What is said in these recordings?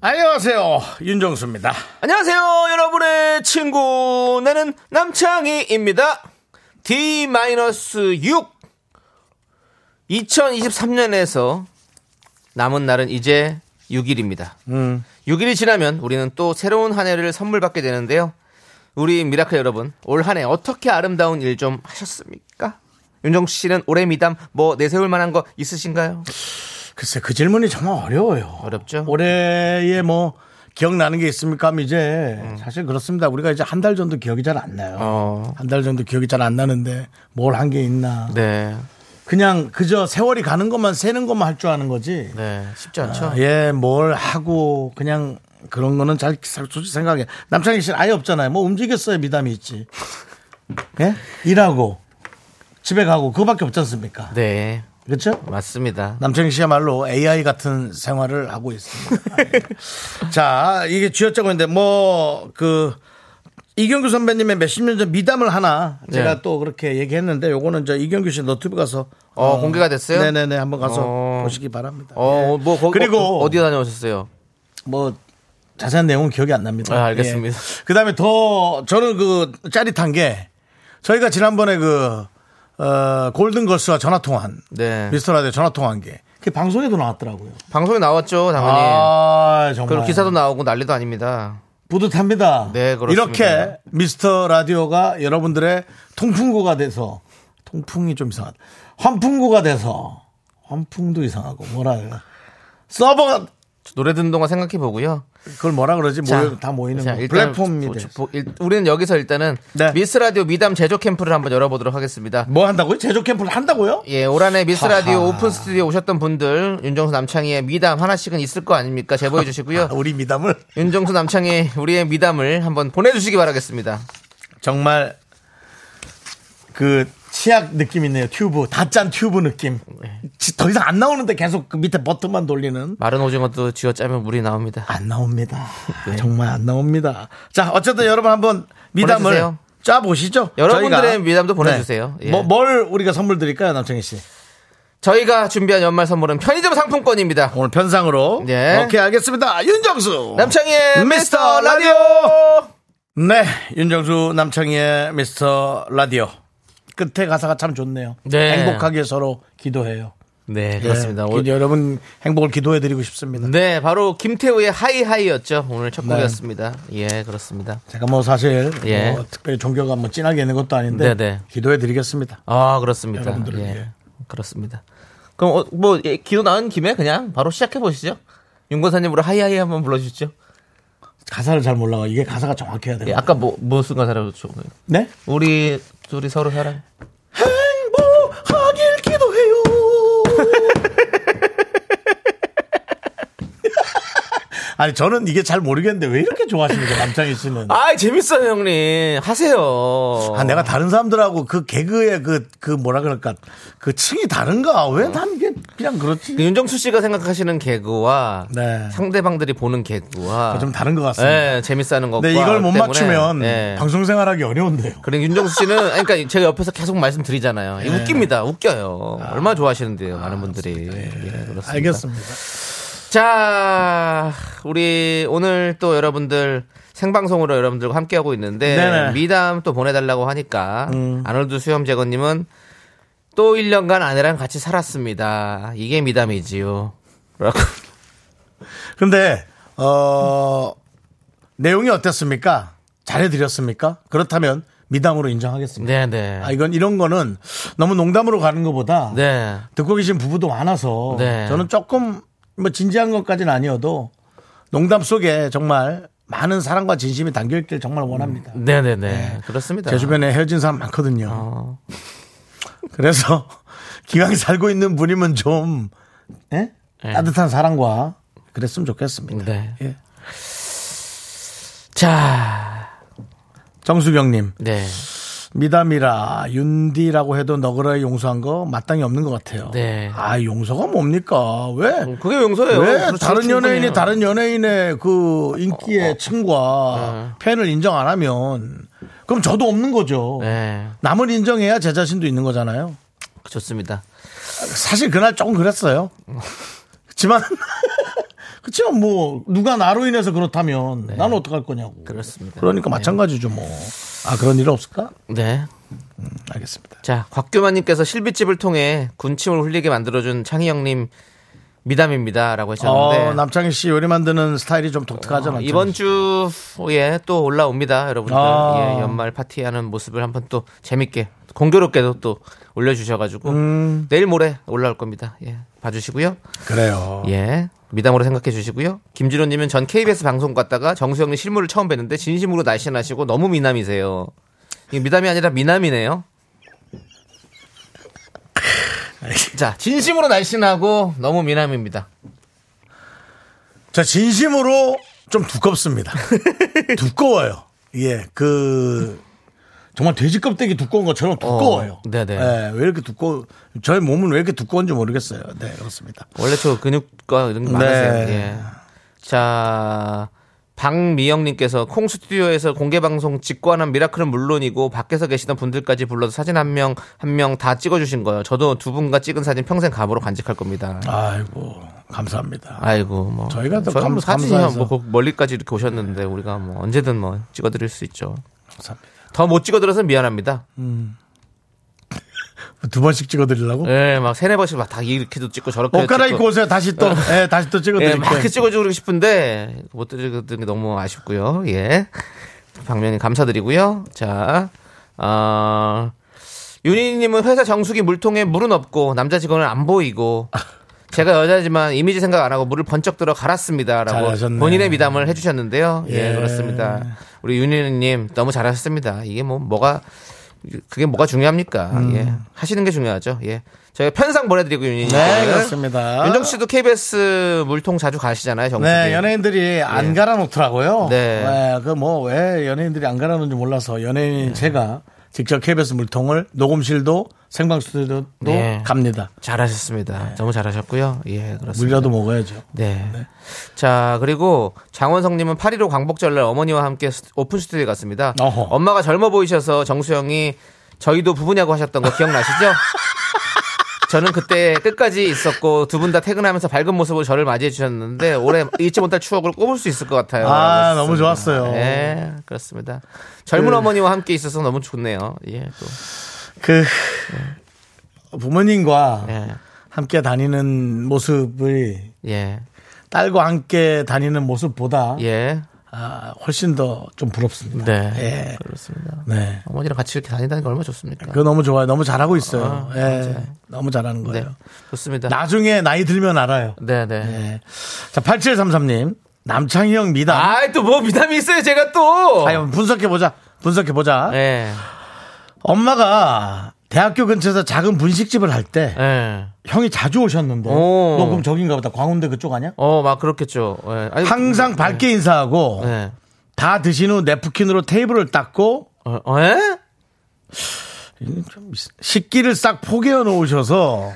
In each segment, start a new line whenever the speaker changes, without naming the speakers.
안녕하세요. 윤정수입니다.
안녕하세요, 여러분의 친구. 나는 남창희입니다. D-6. 2023년에서 남은 날은 이제 6일입니다. 6일이 지나면 우리는 또 새로운 한 해를 선물 받게 되는데요. 우리 미라클 여러분, 올 한 해 어떻게 아름다운 일 좀 하셨습니까? 윤정수 씨는 올해 미담 뭐 내세울 만한 거 있으신가요?
글쎄 그 질문이 정말 어려워요.
어렵죠?
올해에 뭐 기억나는 게 있습니까? 하면 이제 사실 그렇습니다. 우리가 이제 한 달 전도 기억이 잘 안 나요.
어.
한 달 전도 기억이 잘 안 나는데 뭘 한 게 있나.
네.
그냥 그저 세월이 가는 것만 세는 것만 할 줄 아는 거지.
네. 쉽지 않죠?
아, 예, 뭘 하고 그냥 그런 거는 잘 솔직히 생각해. 남창희 씨는 아예 없잖아요. 뭐 움직였어요. 미담이 있지. 예? 일하고 집에 가고 그거밖에 없지 않습니까?
네.
그렇죠?
맞습니다.
남창희 씨야말로 AI 같은 생활을 하고 있습니다. 예. 자, 이게 쥐어짜고 있는데, 뭐, 그, 이경규 선배님의 몇십 년 전 미담을 하나 제가
네.
또 그렇게 얘기했는데, 요거는 저 이경규 씨 너튜브 가서.
어, 공개가 됐어요?
네네네. 한번 가서
어.
보시기 바랍니다.
어,
예.
뭐 거기
그리고
어, 어디 다녀오셨어요?
뭐 자세한 내용은 기억이 안 납니다. 예.
아, 알겠습니다.
그다음에 더 저는 그 짜릿한 게 저희가 지난번에 그 어, 골든걸스와 전화 통화한
네.
미스터 라디오 전화 통화한 게 그게 방송에도 나왔더라고요.
방송에 나왔죠, 당연히.
아, 정말.
그리고 기사도 나오고 난리도 아닙니다.
뿌듯합니다.
네, 그렇습니다.
이렇게 미스터 라디오가 여러분들의 통풍구가 돼서 통풍이 좀 이상한 환풍구가 돼서 환풍도 이상하고 뭐라 해야 서버가
저 노래 듣는 동안 생각해 보고요.
그걸 뭐라 그러지 모여, 다 모이는
자,
거.
일단 뭐
플랫폼이
보-
돼서.
보- 일- 우리는 여기서 일단은
네.
미스 라디오 미담 제조 캠프를 한번 열어보도록 하겠습니다.
뭐 한다고요? 제조 캠프를 한다고요?
예, 올 한해 미스 라디오 오픈 스튜디오 오셨던 분들 윤정수 남창희의 미담 하나씩은 있을 거 아닙니까? 제보해 주시고요.
우리 미담을
윤정수 남창희 우리의 미담을 한번 보내주시기 바라겠습니다.
정말 그 치약 느낌 있네요. 튜브 다 짠 튜브 느낌.
네.
지- 더 이상 안 나오는데 계속 그 밑에 버튼만 돌리는
마른 오징어도 쥐어짜면 물이 나옵니다.
안 나옵니다.
아, 예.
정말 안 나옵니다. 자 어쨌든 여러분 한번 미담을
보내주세요.
짜 보시죠. 네. 뭐,
여러분들의 미담도 보내주세요. 예.
뭘 우리가 선물 드릴까요, 남창희 씨?
저희가 준비한 연말 선물은 편의점 상품권입니다.
오늘 편상으로
예.
오케이 알겠습니다. 윤정수
남창희의
어. 미스터
미스터
라디오.
라디오.
네, 윤정수 남창희의 미스터 라디오. 끝에 가사가 참 좋네요.
네.
행복하게 서로 기도해요.
네, 그렇습니다.
예,
올-
기- 여러분 행복을 기도해 드리고 싶습니다.
네, 바로 김태우의 하이하이였죠.
네.
오늘 첫 곡이었습니다. 예, 그렇습니다.
제가 뭐 사실
예.
뭐 특별히 종교가 뭐 진하게 있는 것도 아닌데
네, 네.
기도해 드리겠습니다.
아, 그렇습니다.
여러분들을
예,
위해.
그렇습니다. 그럼 어, 뭐 예, 기도 나은 김에 그냥 바로 시작해 보시죠. 윤건사님으로 하이하이 한번 불러주시죠.
가사를 잘 몰라. 이게 가사가 정확해야 돼요.
예, 아까 뭐 무슨 가사라고 죠
네?
우리 둘이 서로 사랑.
행복하길 기도해요. 아니 저는 이게 잘 모르겠는데 왜 이렇게 좋아하십니까 남창희 씨는?
아, 재밌어요, 형님. 하세요.
네. 아, 내가 다른 사람들하고 그 개그의 그, 그 뭐라 그럴까, 그 층이 다른가? 왜 난 이게 그냥 그렇지?
그 윤정수 씨가 생각하시는 개그와
네.
상대방들이 보는 개그와
좀 다른 것 같습니다.
예, 재밌어하는 것과
근데 이걸 못
때문에,
맞추면
예.
방송 생활하기 어려운데요.
그리고 윤정수 씨는 아니, 그러니까 제가 옆에서 계속 말씀드리잖아요.
네.
이거 웃깁니다. 웃겨요. 얼마나 좋아하시는데요, 많은 분들이. 예, 그렇습니다.
아, 알겠습니다.
자, 우리 오늘 또 여러분들 생방송으로 여러분들과 함께하고 있는데
네네. 음.
미담 또 보내달라고 하니까 아놀드 수염제거님은 또 1년간 아내랑 같이 살았습니다. 이게 미담이지요. 라고.
근데, 어, 내용이 어땠습니까? 잘해드렸습니까? 그렇다면 미담으로 인정하겠습니다.
네네.
아, 이건 이런 거는 너무 농담으로 가는 것보다
네.
듣고 계신 부부도 많아서
네.
저는 조금 뭐 진지한 것까지는 아니어도 농담 속에 정말 많은 사랑과 진심이 담겨 있길 정말 원합니다.
네네네. 그렇습니다.
제 주변에 헤어진 사람 많거든요.
음, 어.
그래서 기왕 살고 있는 분이면 좀 예?
네.
따뜻한 사랑과 그랬으면 좋겠습니다.
네.
예.
자,
정수경님
네,
미담이라 윤디라고 해도 너그러이 용서한 거 마땅히 없는 것 같아요.
네. 어,
아 용서가 뭡니까? 왜?
음, 그게 용서예요. 그렇죠.
왜
그렇지,
다른 연예인이
충분해요. 어,
다른 연예인의 그 인기의 층과
네.
팬을 인정 안 하면 그럼 저도 없는 거죠.
네,
남을 인정해야 제 자신도 있는 거잖아요.
좋습니다.
사실 그날 조금 그랬어요. 하지만 그치만 뭐 누가 나로 인해서 그렇다면 나는 어떡할 거냐고.
네. 그렇습니다.
그러니까 마찬가지죠 뭐. 아 그런 일 없을까?
네.
알겠습니다.
자, 곽규만님께서 실비집을 통해 군침을 흘리게 만들어준 창희형님 미담입니다라고 하셨는데
어, 남창희 씨 요리 만드는 스타일이 좀 독특하잖아요.
네. 이번 주에 또 올라옵니다, 여러분들.
아.
예, 연말 파티하는 모습을 한번 또 재밌게 공교롭게도 또 올려주셔가지고
음.
내일 모레 올라올 겁니다. 예, 봐주시고요.
그래요.
예. 미담으로 생각해 주시고요. 김진호님은 전 KBS 방송 갔다가 정수영님 실물을 처음 뵀는데 진심으로 날씬하시고 너무 미남이세요. 이게 미담이 아니라 미남이네요. 자, 진심으로 날씬하고 너무 미남입니다.
자, 진심으로 좀 두껍습니다. 두꺼워요. 예, 그, 정말 돼지 껍데기 두꺼운 것처럼 두꺼워요.
어, 네네.
예, 왜 이렇게 두꺼워, 저의 몸은 왜 이렇게 두꺼운지 모르겠어요. 네, 그렇습니다.
원래 저 근육과 이런 게 많으세요. 예. 자, 박미영님께서 콩 스튜디오에서 공개 방송 직관한 미라클은 물론이고 밖에서 계시던 분들까지 불러서 사진 한 명 한 명 다 찍어주신 거예요. 저도 두 분과 찍은 사진 평생 감으로 간직할 겁니다.
아이고, 감사합니다.
아이고 뭐
저희가 더
저는
감-
사진이야
감사해서.
뭐 거기 멀리까지 이렇게 오셨는데 우리가 뭐 언제든 뭐 찍어드릴 수 있죠.
감사합니다. 뭐?
더 못 찍어드려서 미안합니다.
두 번씩 찍어드리려고?
예, 막 세네 네, 번씩 막 다 이렇게도 찍고 저렇게도
옷 갈아입고 오세요. 다시 또, 예, 다시 또
예,
찍어드릴게요.
막 이렇게 어. 찍어주고 싶은데 못 드리는 게 너무 아쉽고요. 예. 박면이 감사드리고요. 자, 어, 윤희님은 회사 정수기 물통에 물은 없고 남자 직원은 안 보이고 제가 여자지만 이미지 생각 안 하고 물을 번쩍 들어 갈았습니다라고
잘하셨네.
본인의 미담을 해주셨는데요. 예,
예.
그렇습니다. 우리 윤희님 너무 잘하셨습니다. 이게 뭐 뭐가 그게 뭐가 중요합니까? 예, 하시는 게 중요하죠. 예, 저희가 편상 보내드리고 윤희님
음. 네, 그렇습니다.
윤정 씨도 KBS 물통 자주 가시잖아요, 정수
네, 연예인들이 안
예.
갈아놓더라고요.
네.
그 뭐 왜 연예인들이 안 갈아놓는지 몰라서 연예인 제가 직접 KBS 물통을 녹음실도 생방 스튜디오도
네.
갑니다.
잘하셨습니다. 너무 잘하셨고요. 예, 그렇습니다.
네. 물려도 먹어야죠.
네. 자, 그리고 장원성님은 8.15 광복절날 어머니와 함께 스- 오픈 스튜디오에 갔습니다.
어허.
엄마가 젊어 보이셔서 정수영이 저희도 부부냐고 하셨던 거 기억나시죠? 저는 그때 끝까지 있었고 두 분 다 퇴근하면서 밝은 모습으로 저를 맞이해 주셨는데 올해 잊지 못할 추억을 꼽을 수 있을 것 같아요.
아,
라고
너무
했습니다.
좋았어요.
예, 그렇습니다. 젊은 어머니와 함께 있어서 너무 좋네요. 예, 또.
그 부모님과
예.
함께 다니는 모습이
예.
딸과 함께 다니는 모습보다
예.
아, 훨씬 더 좀 부럽습니다.
네.
예.
그렇습니다.
네.
어머니랑 같이 이렇게 다닌다는 게 얼마나 좋습니까?
그거 너무 좋아요. 너무 잘하고 있어요. 예. 너무 잘하는
네.
거예요.
좋습니다.
나중에 나이 들면 알아요.
네, 네.
네. 자, 8733님. 남창희 형 미담.
아이, 또 뭐 미담이 있어요, 제가 또!
아, 유 분석해보자. 분석해보자.
예.
엄마가 대학교 근처에서 작은 분식집을 할 때
예.
형이 자주 오셨는데.
오.
너 그럼 저긴가 보다. 광운대 그쪽 아니야?
어, 막 그렇겠죠. 예. 아니,
항상 밝게 인사하고
예.
다 드신 후 네프킨으로 테이블을 닦고
어, 어, 예?
이건 좀 있- 식기를 싹 포개어 놓으셔서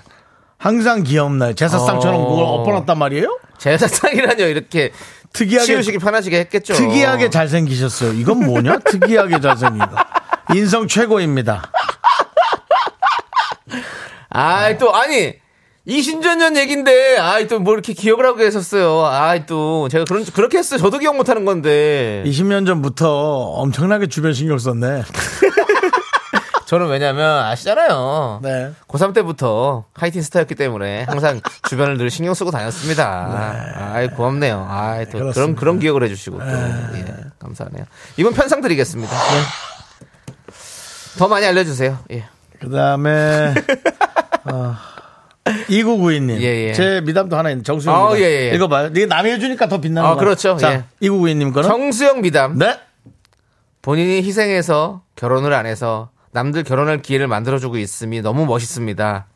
항상 기억나요. 제사상처럼
어.
그걸 엎어놨단 말이에요?
제사상이라뇨, 이렇게.
특이하게
치우시기 편하시게 했겠죠.
특이하게 잘생기셨어요. 이건 뭐냐? 특이하게 잘생긴다. 인성 최고입니다.
아이, 또, 아니. 이신전년 얘긴데, 아이, 또 뭐 이렇게 기억을 하고 계셨어요. 아이, 또. 제가 그런, 그렇게 했어요. 저도 기억 못 하는 건데.
20년 네. 전부터 엄청나게 주변 신경 썼네.
저는 왜냐면, 아시잖아요.
네.
고3 때부터 하이틴 스타였기 때문에 항상 주변을 늘 신경 쓰고 다녔습니다. 아이, 고맙네요. 아이,
네.
또 그런,
그렇습니다. 네.
그런 기억을 해주시고. 또. 예, 감사하네요. 이번 편상 드리겠습니다. 예. 더 많이 알려주세요. 예.
그 다음에, 어, 2992님.
예, 예.
제 미담도 하나 있는데, 정수입니다.
아, 예, 예.
읽어봐요. 이게 남이 해주니까 더 빛나는
아,
거야.
그렇죠.
자, 2992님 거는?
정수영 미담.
네?
본인이 희생해서 결혼을 안 해서 남들 결혼할 기회를 만들어주고 있음이 너무 멋있습니다.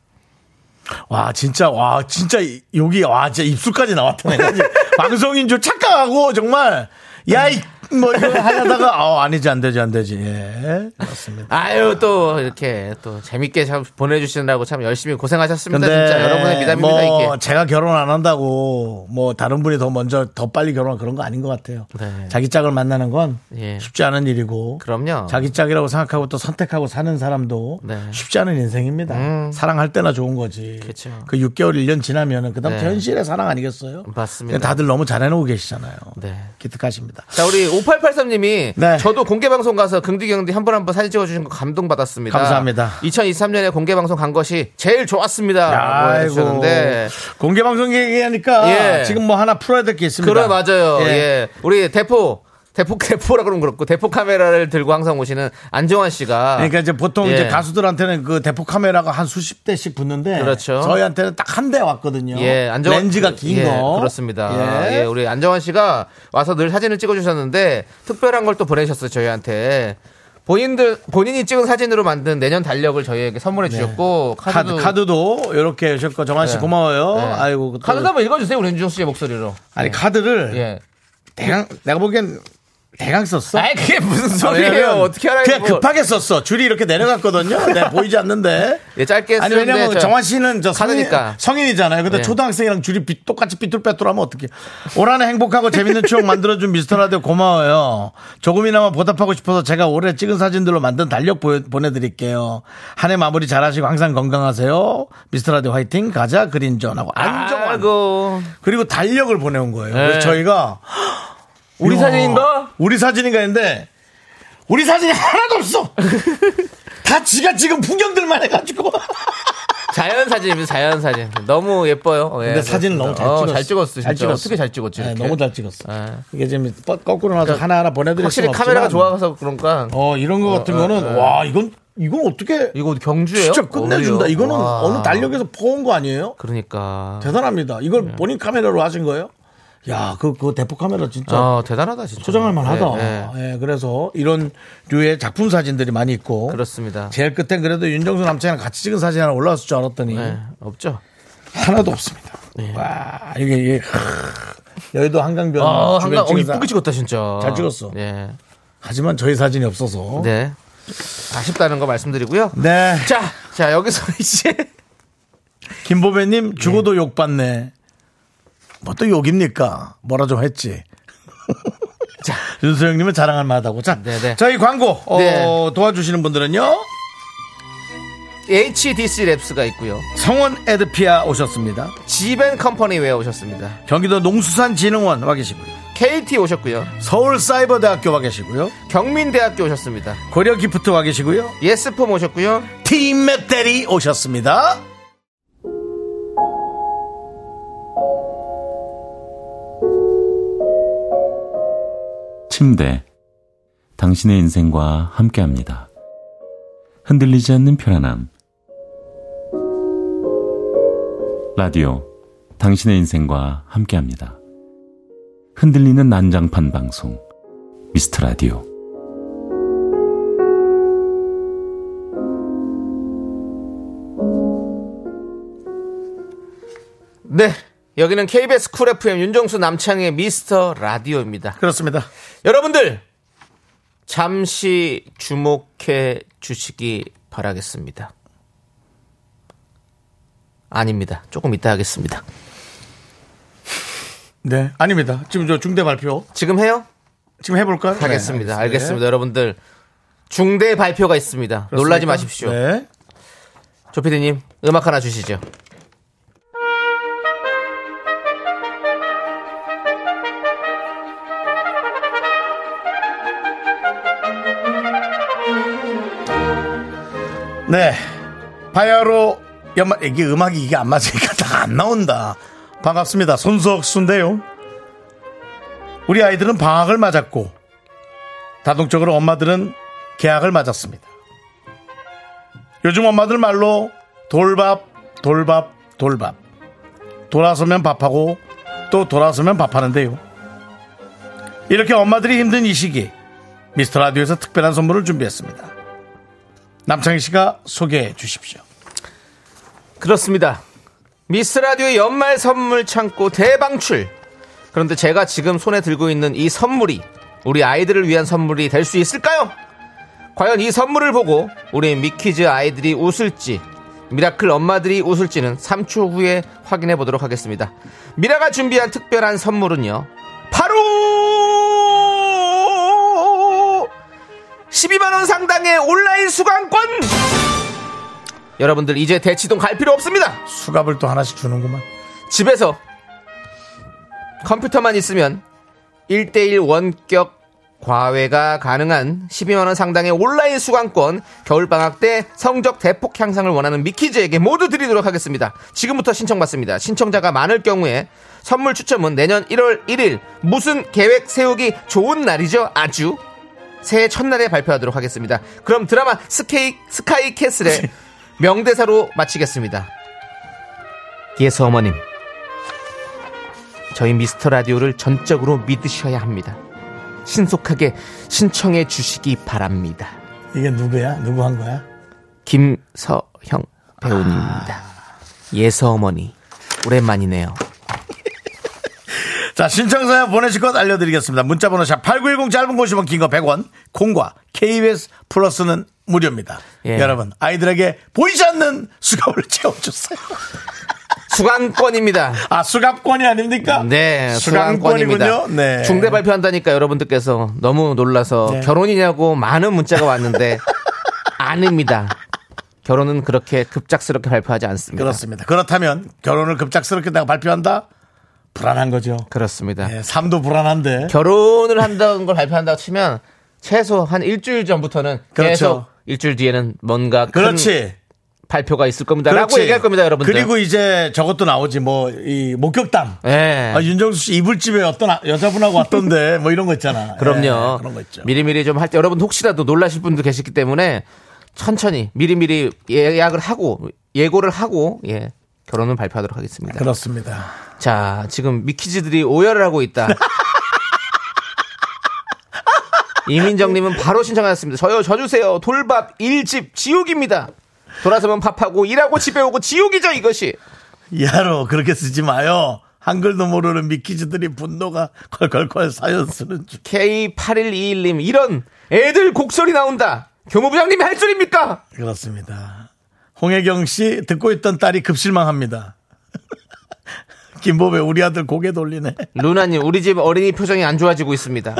와 진짜 와 진짜 이- 여기 와 진짜 입술까지 나왔다 내가 지금. 방송인 줄 착각하고 정말 야이뭐 하려다가 어 아니지 안 되지 안 되지 예 맞습니다
아유 또 이렇게 또 재밌게 참 보내주시느라고 참 열심히 고생하셨습니다.
근데
그러니까 진짜 여러분의 미담입니다
뭐
이게.
제가 결혼 안 한다고 뭐 다른 분이 더 먼저 더 빨리 결혼 그런 거 아닌 것 같아요
네.
자기 짝을 만나는 건
예.
쉽지 않은 일이고
그럼요.
자기 짝이라고 생각하고 또 선택하고 사는 사람도
네.
쉽지 않은 인생입니다.
음.
사랑할 때나 좋은 거지.
그쵸.
그 6개월, 1년 지나면은 그다음 부
네.
현실의 사랑 아니겠어요?
맞습니다.
다들 너무 잘해놓고 계시잖아요.
네.
기특하십니다.
자 우리 5883님이
네.
저도 공개 방송 가서 긍디 경디 한 번 한 번 사진 찍어주신 거 감동 받았습니다.
감사합니다.
2023년에 공개 방송 간 것이 제일 좋았습니다. 라고 해주셨는데
공개 방송 얘기하니까
뭐 예.
지금 뭐 하나 풀어야 될 게 있습니다.
그래 맞아요.
예.
예. 우리 대포 대포 대포라 그러면 그렇고 대포 카메라를 들고 항상 오시는 안정환 씨가
그러니까 이제 보통
예.
이제 가수들한테는 그 대포 카메라가 한 수십 대씩 붙는데
그렇죠.
저희한테는 딱 한 대 왔거든요.
예, 안정환
렌즈가 긴
예,
거.
그렇습니다.
예.
예. 우리 안정환 씨가 와서 늘 사진을 찍어주셨는데 특별한 걸 또 보내셨어요 저희한테. 본인들 본인이 찍은 사진으로 만든 내년 달력을 저희에게 선물해 주셨고
네. 카드,
카드도
카드도 이렇게 해주셨고 정환 씨
네.
고마워요.
네.
어? 아이고 그 또- 네.
카드 한번 읽어주세요 우리 윤종 씨의 목소리로.
아니 카드를
예.
대강 내가 보기엔 대강 썼어.
아이 그게 무슨
아,
소리예요?
왜냐면
어떻게 하라고?
그냥 급하게 썼어. 줄이 이렇게 내려갔거든요. 네, 보이지 않는데.
예, 짧게
아니
쓰는데
왜냐면
저-
정환 씨는 저 성인,
카드니까.
성인이잖아요. 근데
예.
초등학생이랑 줄이 삐- 똑같이 삐뚤빼뚤하면 어떡해. 올한해 행복하고 재밌는 추억 만들어준 미스터 라디오 고마워요. 조금이나마 보답하고 싶어서 제가 올해 찍은 사진들로 만든 달력 보여, 보내드릴게요. 한 해 마무리 잘하시고 항상 건강하세요. 미스터 라디오 화이팅. 가자 그린존하고 안정환.
아이고.
그리고 달력을 보내온 거예요.
네.
그래서 저희가
우리
이야,
사진인가?
우리 사진인가 했는데 우리 사진이 하나도 없어. 다 지가 지금 풍경들만 해가지고.
자연 사진입니다. 자연 사진. 너무 예뻐요. 예.
근데 사진은 너무 잘
어,
찍었어.
잘 찍었어. 진짜.
잘 찍었어.
어떻게 잘 찍었지?
네,
이렇게?
너무 잘 찍었어.
네. 그러니까
이게 지금 뻗- 거꾸로 나서 하나하나 보내드릴
확실히
수는
카메라가
없지만,
좋아서 그런가.
어 이런 거 같은 거는 와 이건 이건 어떻게
이거 경주예요?
진짜 끝내준다.
어디요?
이거는
와.
어느 달력에서 퍼온 거 아니에요?
그러니까.
대단합니다. 이걸 본인 카메라로 하신 거예요? 야, 그, 그 대포 카메라 진짜
어, 대단하다 진짜.
소장할
예,
만하다.
예.
예, 그래서 이런 류의 작품 사진들이 많이 있고
그렇습니다.
제일 끝엔 그래도 윤정수 남친이랑 같이 찍은 사진 하나 올라왔을 줄 알았더니
예, 없죠?
하나도 없습니다.
네.
와 이게, 이게 크으, 여의도 한강변
아,
주변
한강 어,
찍은
이쁘게
사-
찍었다 진짜.
잘 찍었어.
예.
하지만 저희 사진이 없어서 네,
네. 아쉽다는 거 말씀드리고요. 자, 자 여기서 이제
김보배님 죽어도 욕 받네. 뭐 또 욕입니까? 뭐라 좀 했지. 자 윤소영님은 자랑할 만하다고. 자
네네.
저희 광고 어,
네.
도와주시는 분들은요
HDC 랩스가 있고요.
성원 에드피아 오셨습니다.
지벤 컴퍼니 웨어 오셨습니다.
경기도 농수산진흥원 와 계시고요.
KT 오셨고요.
서울사이버대학교 와 계시고요.
경민대학교 오셨습니다.
고려기프트 와 계시고요.
예스폼 오셨고요.
팀맵대리 오셨습니다.
침대. 당신의 인생과 함께 합니다. 흔들리지 않는 편안함. 라디오. 당신의 인생과 함께 합니다. 흔들리는 난장판 방송. 미스터 라디오.
네. 여기는 KBS 쿨 FM 윤정수 남창의 미스터 라디오입니다.
그렇습니다.
여러분들! 잠시 주목해 주시기 바라겠습니다. 아닙니다. 조금 이따 하겠습니다.
네. 아닙니다. 지금 저 중대 발표.
지금 해요?
지금 해볼까요?
하겠습니다.
네,
알겠습니다. 여러분들. 중대 발표가 있습니다.
그렇습니까?
놀라지 마십시오.
네.
조피디님, 음악 하나 주시죠.
네. 바야로 연말, 이게 음악이 이게 안 맞으니까 다 안 나온다. 반갑습니다. 손석순데요. 우리 아이들은 방학을 맞았고, 다동적으로 엄마들은 계약을 맞았습니다. 요즘 엄마들 말로 돌밥, 돌밥, 돌밥. 돌아서면 밥하고 또 돌아서면 밥하는데요. 이렇게 엄마들이 힘든 이 시기, 미스터 라디오에서 특별한 선물을 준비했습니다. 남창희 씨가 소개해 주십시오.
그렇습니다. 미스 라디오 연말 선물 창고 대방출. 그런데 제가 지금 손에 들고 있는 이 선물이 우리 아이들을 위한 선물이 될 수 있을까요? 과연 이 선물을 보고 우리 미키즈 아이들이 웃을지 미라클 엄마들이 웃을지는 3초 후에 확인해 보도록 하겠습니다. 미라가 준비한 특별한 선물은요. 바로 12만 원 상당의 온라인 수강권. 여러분들 이제 대치동 갈 필요 없습니다.
수갑을 또 하나씩 주는구만.
집에서 컴퓨터만 있으면 1대1 원격 과외가 가능한 12만원 상당의 온라인 수강권 겨울방학 때 성적 대폭 향상을 원하는 미키즈에게 모두 드리도록 하겠습니다. 지금부터 신청받습니다. 신청자가 많을 경우에 선물 추첨은 내년 1월 1일 무슨 계획 세우기 좋은 날이죠? 아주 새해 첫날에 발표하도록 하겠습니다. 그럼 드라마 스케이, 스카이 캐슬의 명대사로 마치겠습니다. 예수 어머님, 저희 미스터 라디오를 전적으로 믿으셔야 합니다. 신속하게 신청해 주시기 바랍니다.
이게 누구야? 누구 한 거야?
김서형 배우님입니다.
아.
예서 어머니, 오랜만이네요.
자, 신청사연 보내실 것 알려드리겠습니다. 문자번호 샵8910 짧은 50원, 긴 거 100원, 콩과 KBS 플러스는 무료입니다.
예.
여러분, 아이들에게 보이지 않는 수갑을 채워주세요.
수강권입니다.
아, 수갑권이 아닙니까?
네,
수강권이군요.
수강권입니다.
네.
중대 발표한다니까 여러분들께서 너무 놀라서
네.
결혼이냐고 많은 문자가 왔는데 아닙니다. 결혼은 그렇게 급작스럽게 발표하지 않습니다.
그렇습니다. 그렇다면 결혼을 급작스럽게 내가 발표한다? 불안한 거죠.
그렇습니다.
예, 삶도 불안한데.
결혼을 한다는 걸 발표한다고 치면 최소 한 일주일 전부터는
그렇죠.
계속 일주일 뒤에는 뭔가 큰
그렇지.
발표가 있을 겁니다라고
그렇지.
얘기할 겁니다, 여러분들.
그리고 이제 저것도 나오지, 뭐, 이 목격담.
예.
아, 윤정수 씨 이불집에 어떤 아- 여자분하고 왔던데 뭐 이런 거 있잖아.
그럼요.
예, 그런 거 있죠.
미리미리 좀 할 때 여러분 혹시라도 놀라실 분도 계시기 때문에 천천히 미리미리 예약을 하고 예고를 하고 예. 결혼을 발표하도록 하겠습니다.
그렇습니다.
자, 지금 미키즈들이 오열을 하고 있다. 이민정님은 바로 신청하셨습니다. 저요, 저 주세요. 돌밥 1집 지옥입니다. 돌아서면 밥하고 일하고 집에 오고 지옥이죠, 이것이.
이하로 그렇게 쓰지 마요. 한글도 모르는 미키즈들이 분노가 컬컬컬 사연 쓰는 중.
K8121님, 이런 애들 곡소리 나온다. 교무부장님이 할 소리입니까?
그렇습니다. 홍혜경 씨 듣고 있던 딸이 급실망합니다. 김보배 우리 아들 고개 돌리네.
루나님, 우리 집 어린이 표정이 안 좋아지고 있습니다.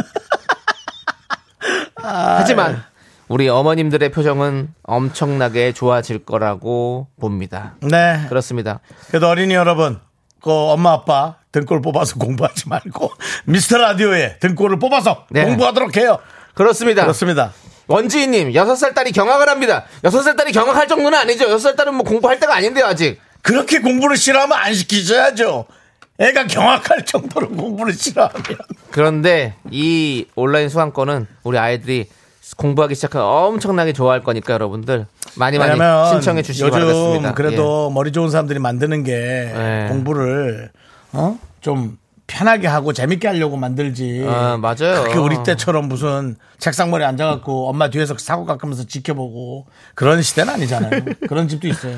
하지만 우리 어머님들의 표정은 엄청나게 좋아질 거라고 봅니다.
네.
그렇습니다.
그래도 어린이 여러분, 그 엄마 아빠 등골 뽑아서 공부하지 말고 미스터 라디오에 등골을 뽑아서
네.
공부하도록 해요.
그렇습니다.
그렇습니다.
원지희님, 여섯 살 딸이 경악을 합니다. 여섯 살 딸이 경악할 정도는 아니죠. 여섯 살 딸은 뭐 공부할 때가 아닌데요, 아직.
그렇게 공부를 싫어하면 안 시키셔야죠. 애가 경악할 정도로 공부를 싫어하면.
그런데 이 온라인 수강권은 우리 아이들이 공부하기 시작하면 엄청나게 좋아할 거니까 여러분들 많이 많이
왜냐면
신청해 주시기
요즘
바라겠습니다.
그래도 머리 좋은 사람들이 만드는 게
예.
공부를 어? 좀 편하게 하고 재밌게 하려고 만들지.
아, 맞아요.
그게 우리 때처럼 무슨 책상머리 앉아갖고 엄마 뒤에서 사고 깎으면서 지켜보고 그런 시대는 아니잖아요. 그런 집도 있어요.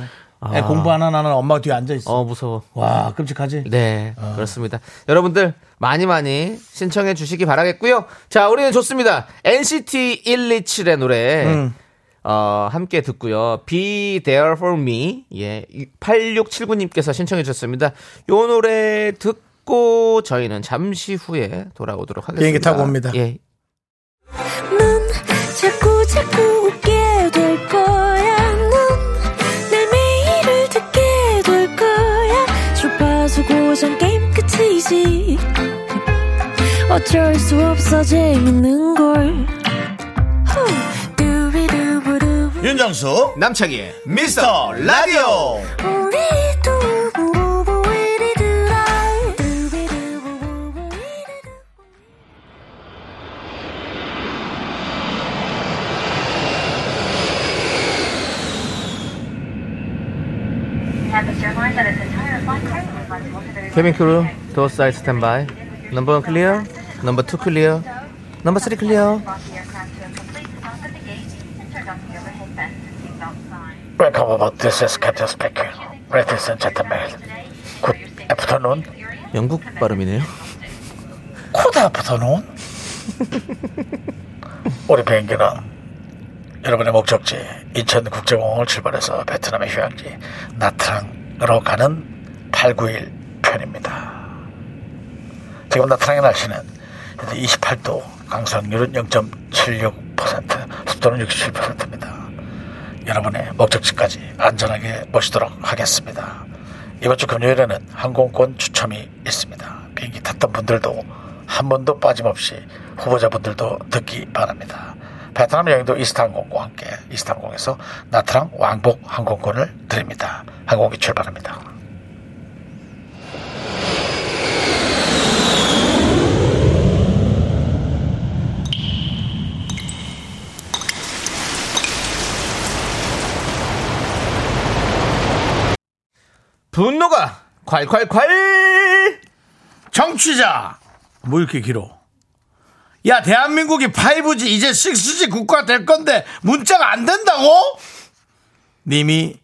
애 공부 안 하는 나는 엄마 뒤에 앉아
예.
있어.
아. 어 무서워.
와 끔찍하지.
네,
아.
그렇습니다. 여러분들 많이 많이 신청해 주시기 바라겠고요. 자, 우리는 좋습니다. NCT 127의 노래
음.
어, 함께 듣고요. Be There For Me 예, 8679님께서 신청해 주셨습니다. 요 노래 듣고 저희는 잠시 후에 돌아오도록 하겠습니다.
비행기 타고 옵니다.
예.
넌 자꾸 자꾸 웃게 될 거야. 넌내 매일을 듣게 될 거야. 주파수 고정 게임 끝이지. 어쩔 수 없어 재밌는 걸. 후. 두비두부두.
윤정수
남창희의
미스터 라디오.
우리 두부부부 우리 두라. 두비두부부부 우리 두라.
케빈 크루 도어 사이드 스탠바이 넘버 1 클리어 넘버 2 클리어 넘버 3 클리어
Welcome aboard. This is Captain speaking. Ladies and gentlemen,
애프터 논
영국 발음이네요.
코드 애프터 논 우리 비행기는 여러분의 목적지 인천국제공항을 출발해서 베트남의 휴양지 나트랑으로 가는 891 편입니다. 지금 나트랑의 날씨는 현재 28도, 강수확률은 0.76%, 습도는 67%입니다. 여러분의 목적지까지 안전하게 모시도록 하겠습니다. 이번 주 금요일에는 항공권 추첨이 있습니다. 비행기 탔던 분들도 한 번도 빠짐없이 후보자분들도 듣기 바랍니다. 베트남 여행도 이스타항공과 함께 이스타항공에서 나트랑 왕복 항공권을 드립니다. 항공기 출발합니다.
분노가 콸콸콸!
정취자 뭐 이렇게 길어? 야 대한민국이 5G 이제 6G 국가 될 건데 문자가 안 된다고? 님이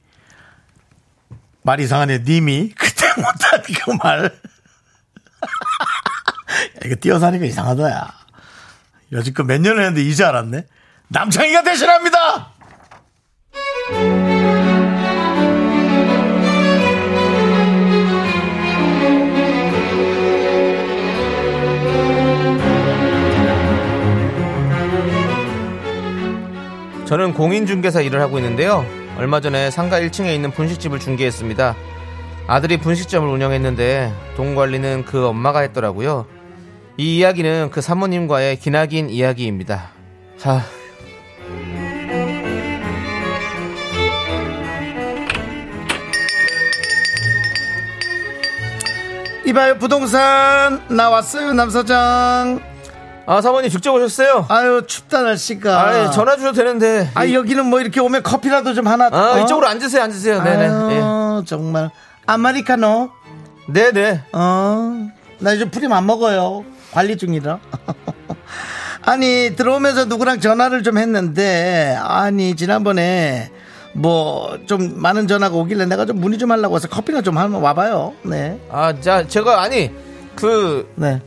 말 이상하네 님이 그때 못한 그말 이거 띄어서 하니까 이상하다 야 여지껏 몇 년을 했는데 이제 알았네 남창희가 대신합니다
저는 공인중개사 일을 하고 있는데요. 얼마 전에 상가 1층에 있는 분식집을 중개했습니다. 아들이 분식점을 운영했는데 돈 관리는 그 엄마가 했더라고요. 이 이야기는 그 사모님과의 기나긴 이야기입니다. 하.
이봐요 부동산 나왔어요 남사장
아, 사모님 직접 오셨어요?
아유 춥다
아,
날씨가
전화 주셔도 되는데.
아 여기는 뭐 이렇게 오면 커피라도 좀 하나.
네. 아,
어?
이쪽으로 앉으세요, 앉으세요. 네네.
아유, 정말 아메리카노.
예. 네네.
어, 나 요즘 프림 안 먹어요. 관리 중이라. 아니 들어오면서 누구랑 전화를 좀 했는데 아니 지난번에 뭐 좀 많은 전화가 오길래 내가 좀 문의 좀 하려고 해서 커피나 좀 한번 와봐요. 네,
아, 자, 제가 아니, 그
네.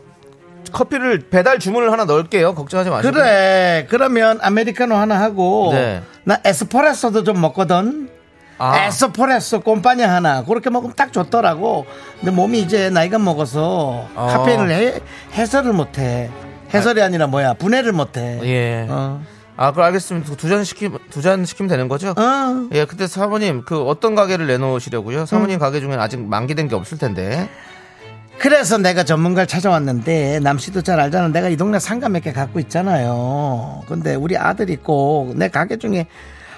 커피를 배달 주문을 하나 넣을게요. 걱정하지 마시고.
그래 그러면 아메리카노 하나 하고
네.
나 에스프레소도 좀 먹거든.
아,
에스프레소 꼼빠냐 하나 그렇게 먹으면 딱 좋더라고 근데 몸이 이제 나이가 먹어서
어.
카페인을 해, 해설을 못해 해설이 아니라 뭐야 분해를 못해
예.
어.
아, 그럼 알겠습니다. 두 잔 시키면, 두 잔 시키면 되는 거죠?
어.
예, 그때 사모님, 그 어떤 가게를 내놓으시려고요? 사모님
음.
가게 중엔 아직 만기된 게 없을 텐데.
그래서 내가 전문가를 찾아왔는데 남씨도 잘 알잖아 내가 이 동네 상가 몇 개 갖고 있잖아요 근데 우리 아들이 꼭 내 가게 중에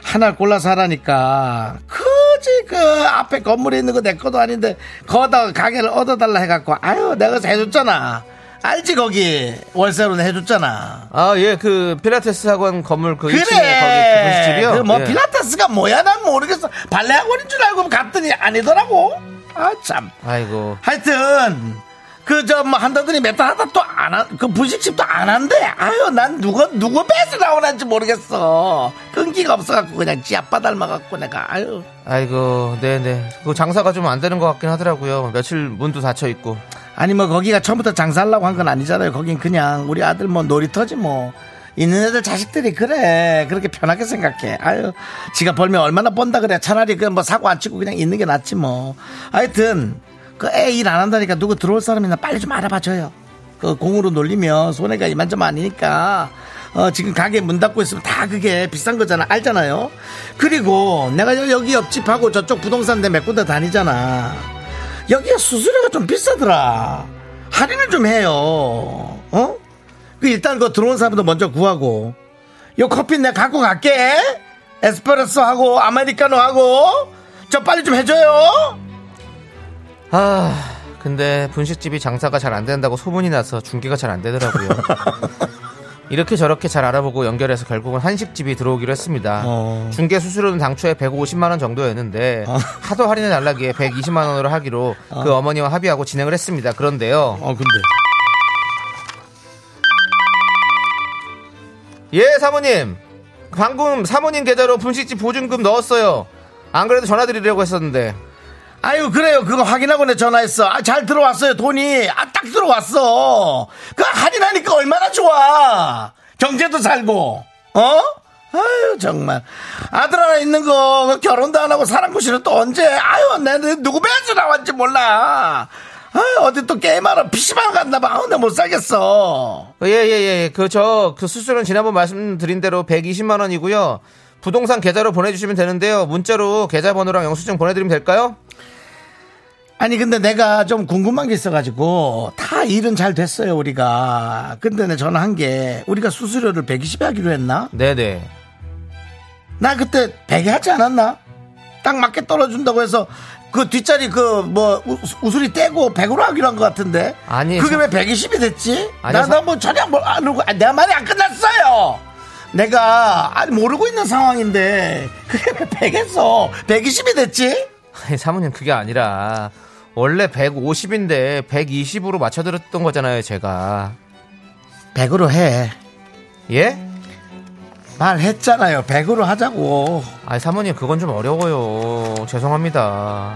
하나를 골라서 하라니까 그지 그 앞에 건물에 있는 거 내 것도 아닌데 거기다가 가게를 얻어달라 해갖고 아유 내가 해줬잖아 알지 거기 월세로는 해줬잖아
아, 예, 그 필라테스 학원 건물 그 1층에 거기 그
그래.
분식집이요?
그 뭐
예.
필라테스가 뭐야 난 모르겠어. 발레학원인 줄 알고 갔더니 아니더라고. 아 참.
아이고.
하여튼 그 저 뭐 한다더니 몇달 하다 또 안그 분식집도 안 한대. 아유 난 누가 누구 배에서 나오는지 모르겠어. 끈기가 없어갖고 그냥 지 아빠 닮아갖고 내가 아유.
아이고, 네네. 그 장사가 좀 안 되는 것 같긴 하더라고요. 며칠 문도 닫혀 있고.
아니 뭐 거기가 처음부터 장사하려고 한 건 아니잖아요. 거긴 그냥 우리 아들 뭐 놀이터지 뭐. 있는 애들 자식들이 그래 그렇게 편하게 생각해 아유 지가 벌면 얼마나 번다 그래 차라리 그냥 뭐 사고 안 치고 그냥 있는 게 낫지 뭐 하여튼 그 애 일 안 한다니까 누구 들어올 사람이나 빨리 좀 알아봐줘요 그 공으로 놀리면 손해가 이만저만 아니니까 어, 지금 가게 문 닫고 있으면 다 그게 비싼 거잖아 알잖아요 그리고 내가 여- 여기 옆집하고 저쪽 부동산 내 몇 군데 다니잖아 여기가 수수료가 좀 비싸더라. 할인을 좀 해요. 어? 그 일단 그 들어온 사람도 먼저 구하고. 요 커피 내가 갖고 갈게. 에스프레소 하고 아메리카노 하고 저 빨리 좀 해줘요.
아, 근데 분식집이 장사가 잘 안 된다고 소문이 나서 중계가 잘 안 되더라고요. 이렇게 저렇게 잘 알아보고 연결해서 결국은 한식집이 들어오기로 했습니다.
어.
중개 수수료는 당초에 150만 원 정도였는데 하도 할인을 날라기에 120만 원으로 하기로 그 어머니와 합의하고 진행을 했습니다. 그런데요.
어 근데
예, 사모님. 방금 사모님 계좌로 분식집 보증금 넣었어요. 안 그래도 전화드리려고 했었는데.
아유 그래요 그거 확인하고 내 전화했어 아, 잘 들어왔어요 돈이 아, 딱 들어왔어 그 할인하니까 얼마나 좋아 경제도 살고 어? 아유 정말 아들 하나 있는 거 그거 결혼도 안 하고 사람 구시는 또 언제 아유 내 누구 배에서 나왔는지 몰라 아유 어디 또 게임하러 PC방 갔나 봐 아우 나 못 살겠어
예예예 그 저 그 수수료는 지난번 말씀드린 대로 120만 원이고요 부동산 계좌로 보내주시면 되는데요 문자로 계좌번호랑 영수증 보내드리면 될까요?
아니 근데 내가 좀 궁금한 게 있어가지고 다 일은 잘 됐어요 우리가 근데 내 전화한 게 우리가 수수료를 120에 하기로 했나?
네네
나 그때 100에 하지 않았나? 딱 맞게 떨어준다고 해서 그 뒷자리 그 뭐 우수리 떼고 100으로 하기로 한 것 같은데
아니,
그게
사-
왜 120이 됐지?
아니,
나
사-
나 뭐 전혀 뭘 모르고 아, 내 말이 안 끝났어요 내가 아니 모르고 있는 상황인데 그게 왜 100에서 120이 됐지?
아니, 사모님 그게 아니라 원래 150인데 120으로 맞춰드렸던 거잖아요 제가
100으로 해
예?
말했잖아요 100으로 하자고
아니 사모님 그건 좀 어려워요 죄송합니다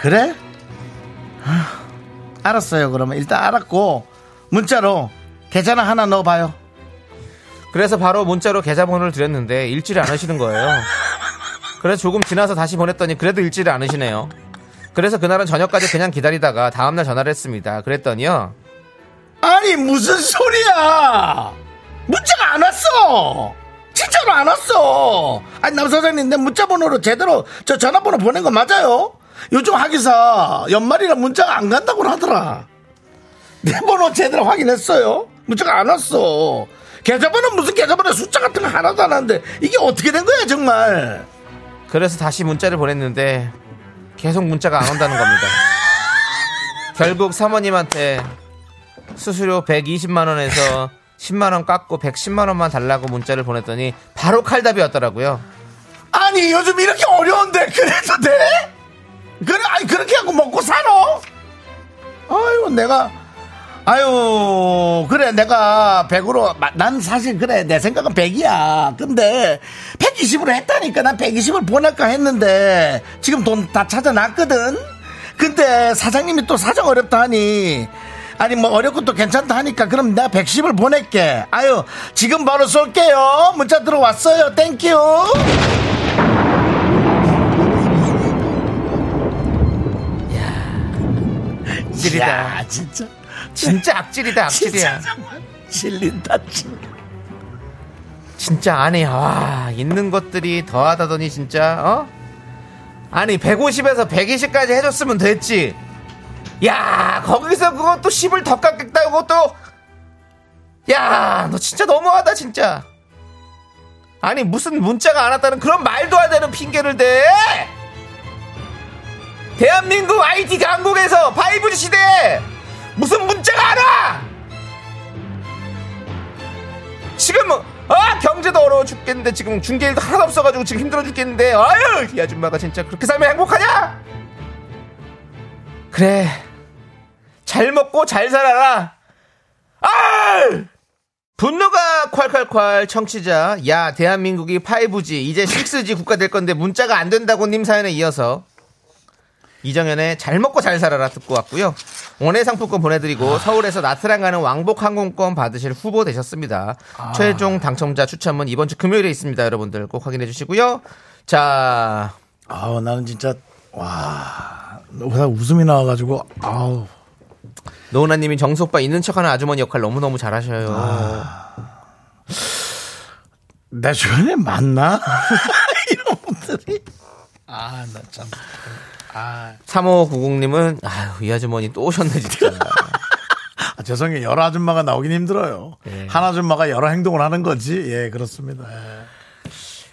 그래? 아휴, 알았어요. 그러면 일단 알았고 문자로 계좌나 하나 넣어봐요.
그래서 바로 문자로 계좌번호를 드렸는데 읽지를 않으시는 거예요. 그래서 조금 지나서 다시 보냈더니 그래도 읽지를 않으시네요. 그래서 그날은 저녁까지 그냥 기다리다가 다음날 전화를 했습니다. 그랬더니요.
아니 무슨 소리야? 문자가 안 왔어. 진짜로 안 왔어. 아니 남 사장님 내 문자 번호로 제대로 저 전화번호 보낸 거 맞아요? 요즘 하기사 연말이라 문자가 안 간다고 하더라. 내 번호 제대로 확인했어요? 문자가 안 왔어. 계좌번호 무슨 계좌번호 숫자 같은 거 하나도 안 하는데 이게 어떻게 된 거야 정말?
그래서 다시 문자를 보냈는데 계속 문자가 안 온다는 겁니다. 결국 사모님한테 수수료 120만원에서 10만원 깎고 110만원만 달라고 문자를 보냈더니 바로 칼답이었더라고요.
아니 요즘 이렇게 어려운데 그래도 돼? 그래 아니 그렇게 하고 먹고 살아? 아유 내가 아유 그래 내가 100으로 난 사실 그래 내 생각은 100이야 근데 120으로 했다니까 난 120을 보낼까 했는데 지금 돈 다 찾아놨거든 근데 사장님이 또 사정 어렵다 하니 아니 뭐 어렵고 또 괜찮다 하니까 그럼 내가 110을 보낼게 아유 지금 바로 쏠게요 문자 들어왔어요 땡큐
악질이다.
야, 진짜.
진짜 악질이다, 악질이야.
진짜 정말 질린다, 진짜.
진짜 아니야. 와, 있는 것들이 더하다더니 진짜 어? 아니 150에서 120까지 해줬으면 됐지. 야, 거기서 그것도 10을 더 깎겠다고 또. 야, 너 진짜 너무하다 진짜. 아니 무슨 문자가 안 왔다는 그런 말도 안 되는 핑계를 대. 대한민국 IT 강국에서 5G 시대에 무슨 문자가 안 와! 지금 아 경제도 어려워 죽겠는데 지금 중개일도 하나도 없어가지고 지금 힘들어 죽겠는데 아유 이 아줌마가 진짜 그렇게 살면 행복하냐? 그래 잘 먹고 잘 살아라. 아 분노가 콸콸콸 청취자 야 대한민국이 5G 이제 6G 국가 될 건데 문자가 안 된다고 님 사연에 이어서 이정현의 잘 먹고 잘 살아라 듣고 왔고요. 원예 상품권 보내드리고 서울에서 나트랑 가는 왕복 항공권 받으실 후보 되셨습니다. 최종 당첨자 추첨은 이번 주 금요일에 있습니다. 여러분들 꼭 확인해 주시고요. 자,
아우, 나는 진짜, 와. 나 웃음이 나와가지고, 아우.
노은아님이 정수 오빠 있는 척하는 아주머니 역할 너무너무 잘하셔요.
내 주변에 맞나? 이런 분들이. 아, 나 참.
3590님은 아유 이 아주머니 또 오셨네 진짜.
아, 죄송해요. 여러 아줌마가 나오긴 힘들어요.
예.
한 아줌마가 여러 행동을 하는 거지. 예, 그렇습니다. 예.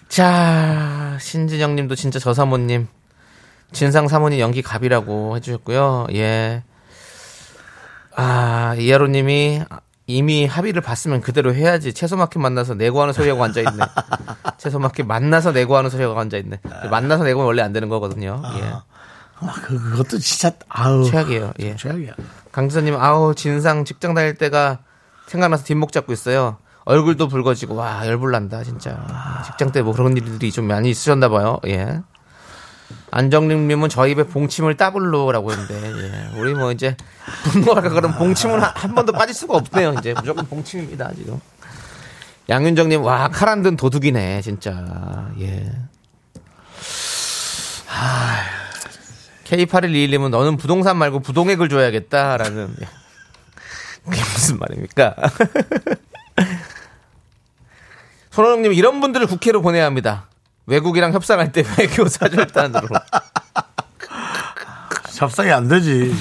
자, 신진영님도 진짜 저 사모님 진상 사모님 연기 갑이라고 해주셨고요. 예. 아 이하로님이 이미 합의를 봤으면 그대로 해야지 채소마켓 만나서 내고하는 소리하고 앉아 있네. 채소마켓 만나서 내고하는 소리하고 앉아 있네. 만나서 내고는 원래 안 되는 거거든요. 예.
아, 그, 그것도 진짜, 아우.
최악이에요. 예.
최악이야.
강지사님 아우 진상 직장 다닐 때가 생각나서 뒷목 잡고 있어요. 얼굴도 붉어지고 와 열불 난다 진짜. 직장 때 뭐 그런 일들이 좀 많이 있으셨나 봐요. 예. 안정림님은 저희 입에 봉침을 따블로라고 했는데 예. 우리 뭐 이제 분노할까 그럼 봉침은 한, 한 번도 빠질 수가 없네요. 이제 무조건 봉침입니다 지금. 양윤정님 와 카란든 도둑이네 진짜 예. K8121님은 너는 부동산 말고 부동액을 줘야겠다라는 그게 무슨 말입니까? 손호영님 이런 분들을 국회로 보내야 합니다. 외국이랑 협상할 때 외교 사절 단으로
협상이 안 되지.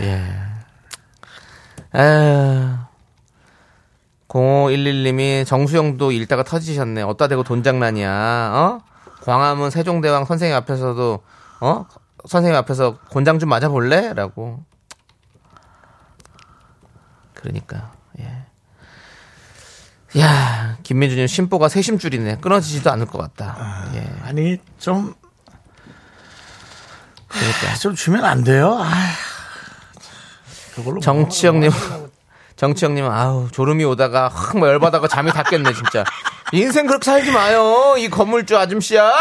예. 아. 0511님이 정수영도 읽다가 터지셨네. 어따 대고 돈장난이야. 어? 광화문 세종대왕 선생님 앞에서도 어? 선생님 앞에서 곤장 좀 맞아 볼래? 라고. 그러니까. 예. 야, 김민주 님 심보가 세심줄이네. 끊어지지도 않을 것 같다. 예.
아니 좀 좀
그러니까.
주면 안 돼요. 아, 그걸로 뭐.
정치형님, 정치형님, 아우 졸음이 오다가 확 열받아가 잠이 다 깼네 진짜. 인생 그렇게 살지 마요, 이 건물주 아줌씨야.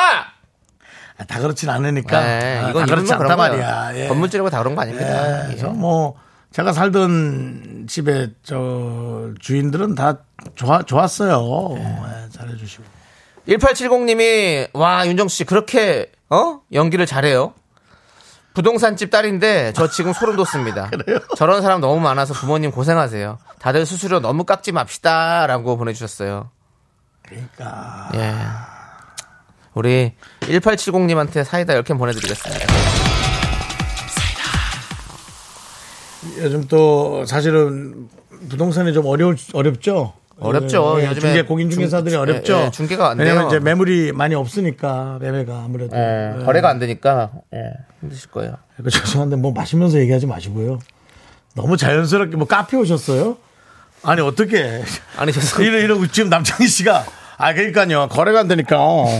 뭐, 다 그렇진 않으니까
예,
아,
이건
다 그렇지
이름만
않단
그런
말이야.
거예요.
예.
건물주라고 다 그런 거 아닙니다. 예.
그래서 뭐 제가 살던 집에 저 주인들은 다 좋아 좋았어요. 예, 잘해주시고
1870님이 와 윤정씨 그렇게 어 연기를 잘해요. 부동산집 딸인데 저 지금 소름 돋습니다. 저런 사람 너무 많아서 부모님 고생하세요. 다들 수수료 너무 깎지 맙시다라고 보내주셨어요.
그러니까
예. 우리 1870님한테 사이다 10캔 보내드리겠습니다.
요즘 또 사실은 부동산이 좀 어려울 어렵죠.
어렵죠.
예,
요즘에
중개 공인 중개사들이
중-
어렵죠.
예, 예, 중개가 안 돼요.
왜냐면 이제 매물이 많이 없으니까 매매가 아무래도
예,
예.
거래가 안 되니까 예, 힘드실 거예요.
그 죄송한데 뭐 마시면서 얘기하지 마시고요. 너무 자연스럽게 뭐 카페 오셨어요? 아니 어떻게
아니 죄송.
그 이러 이러고 지금 남창희 씨가 아 그러니까요 거래가 안 되니까 어? 어?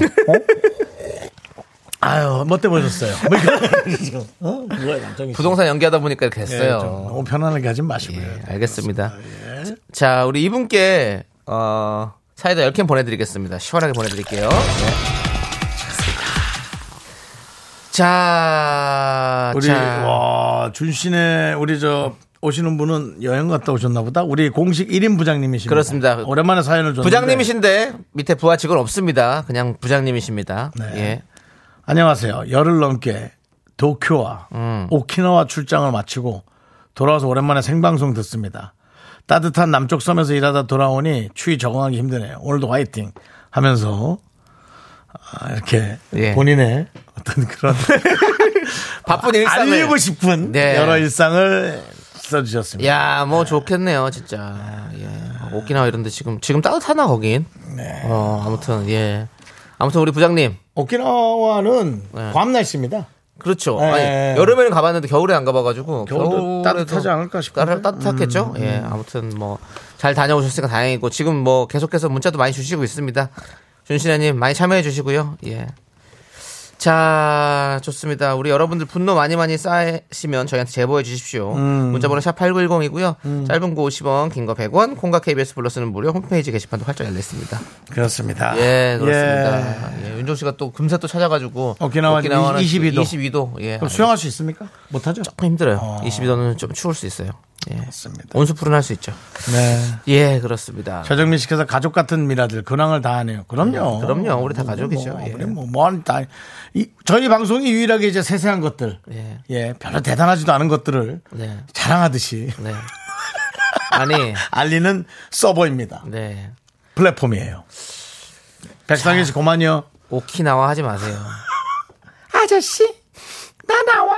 아유 뭐 때문에 오셨어요? 뭐 이렇게 지금, 어? 뭐야 남창희 씨.
부동산 연기하다 보니까 이렇게
예, 좀
됐어요.
너무 편안하게 하지 마시고요.
네, 예, 알겠습니다. 자, 우리 이분께 어, 사이다 10캔 보내드리겠습니다. 시원하게 보내드릴게요. 네. 예. 자,
우리
자.
와 준신의 우리 저 오시는 분은 여행 갔다 오셨나 보다. 우리 공식 1인 부장님이십니다.
그렇습니다.
오랜만에 사연을 줬는데
부장님이신데 밑에 부하 직원 없습니다. 그냥 부장님이십니다. 예.
안녕하세요. 열흘 넘게 도쿄와 오키나와 출장을 마치고 돌아와서 오랜만에 생방송 듣습니다. 따뜻한 남쪽 섬에서 일하다 돌아오니 추위 적응하기 힘드네요. 오늘도 화이팅 하면서 아, 이렇게
예.
본인의 어떤 그런
바쁜 일상을
알리고 싶은
네.
여러 일상을 써주셨습니다.
야, 뭐 좋겠네요, 진짜. 예. 오키나와 이런데 지금 지금 따뜻하나 거긴. 어, 아무튼 예. 아무튼 우리 부장님.
오키나와는 괌 날씨입니다.
그렇죠.
예,
아니,
예.
여름에는 가봤는데 겨울에 안 가봐가지고
겨울도
겨울에도
따뜻하지 않을까 싶은데. 음.
따- 따뜻하겠죠. 예, 아무튼 뭐 잘 다녀오셨으니까 다행이고 지금 뭐 계속해서 문자도 많이 주시고 있습니다. 준신혜님 많이 참여해주시고요. 예. 자, 좋습니다. 우리 여러분들 분노 많이 많이 쌓으시면 저희한테 제보해 주십시오.
음.
문자번호 샵 8910이고요. 짧은 거 50원, 긴 거 100원, 콩과 KBS 불러쓰는 무료 홈페이지 게시판도 활짝 열려 있습니다.
그렇습니다.
예,
아, 예.
그렇습니다. 예. 윤종 씨가 또 금세 또 찾아가지고
오키나와는 22 도.
22도. 예.
그럼 수영할 수 있습니까? 못하죠?
조금 힘들어요. 22도는 좀 추울 수 있어요. 예.
맞습니다.
온수풀은 할 수 있죠.
네.
예, 그렇습니다.
최정민 씨께서 가족 같은 미라들 근황을 다 하네요. 그럼요.
예, 그럼요. 우리 다 가족이죠.
뭐,
예.
우리 뭐, 뭐, 하는 다, 이, 저희 방송이 유일하게 이제 세세한 것들.
예.
예. 별로 대단하지도 않은 것들을
네.
자랑하듯이
네. 아니,
알리는 서버입니다.
네.
플랫폼이에요. 백상현 씨 고만요.
오키나와 하지 마세요.
아저씨, 나 나와.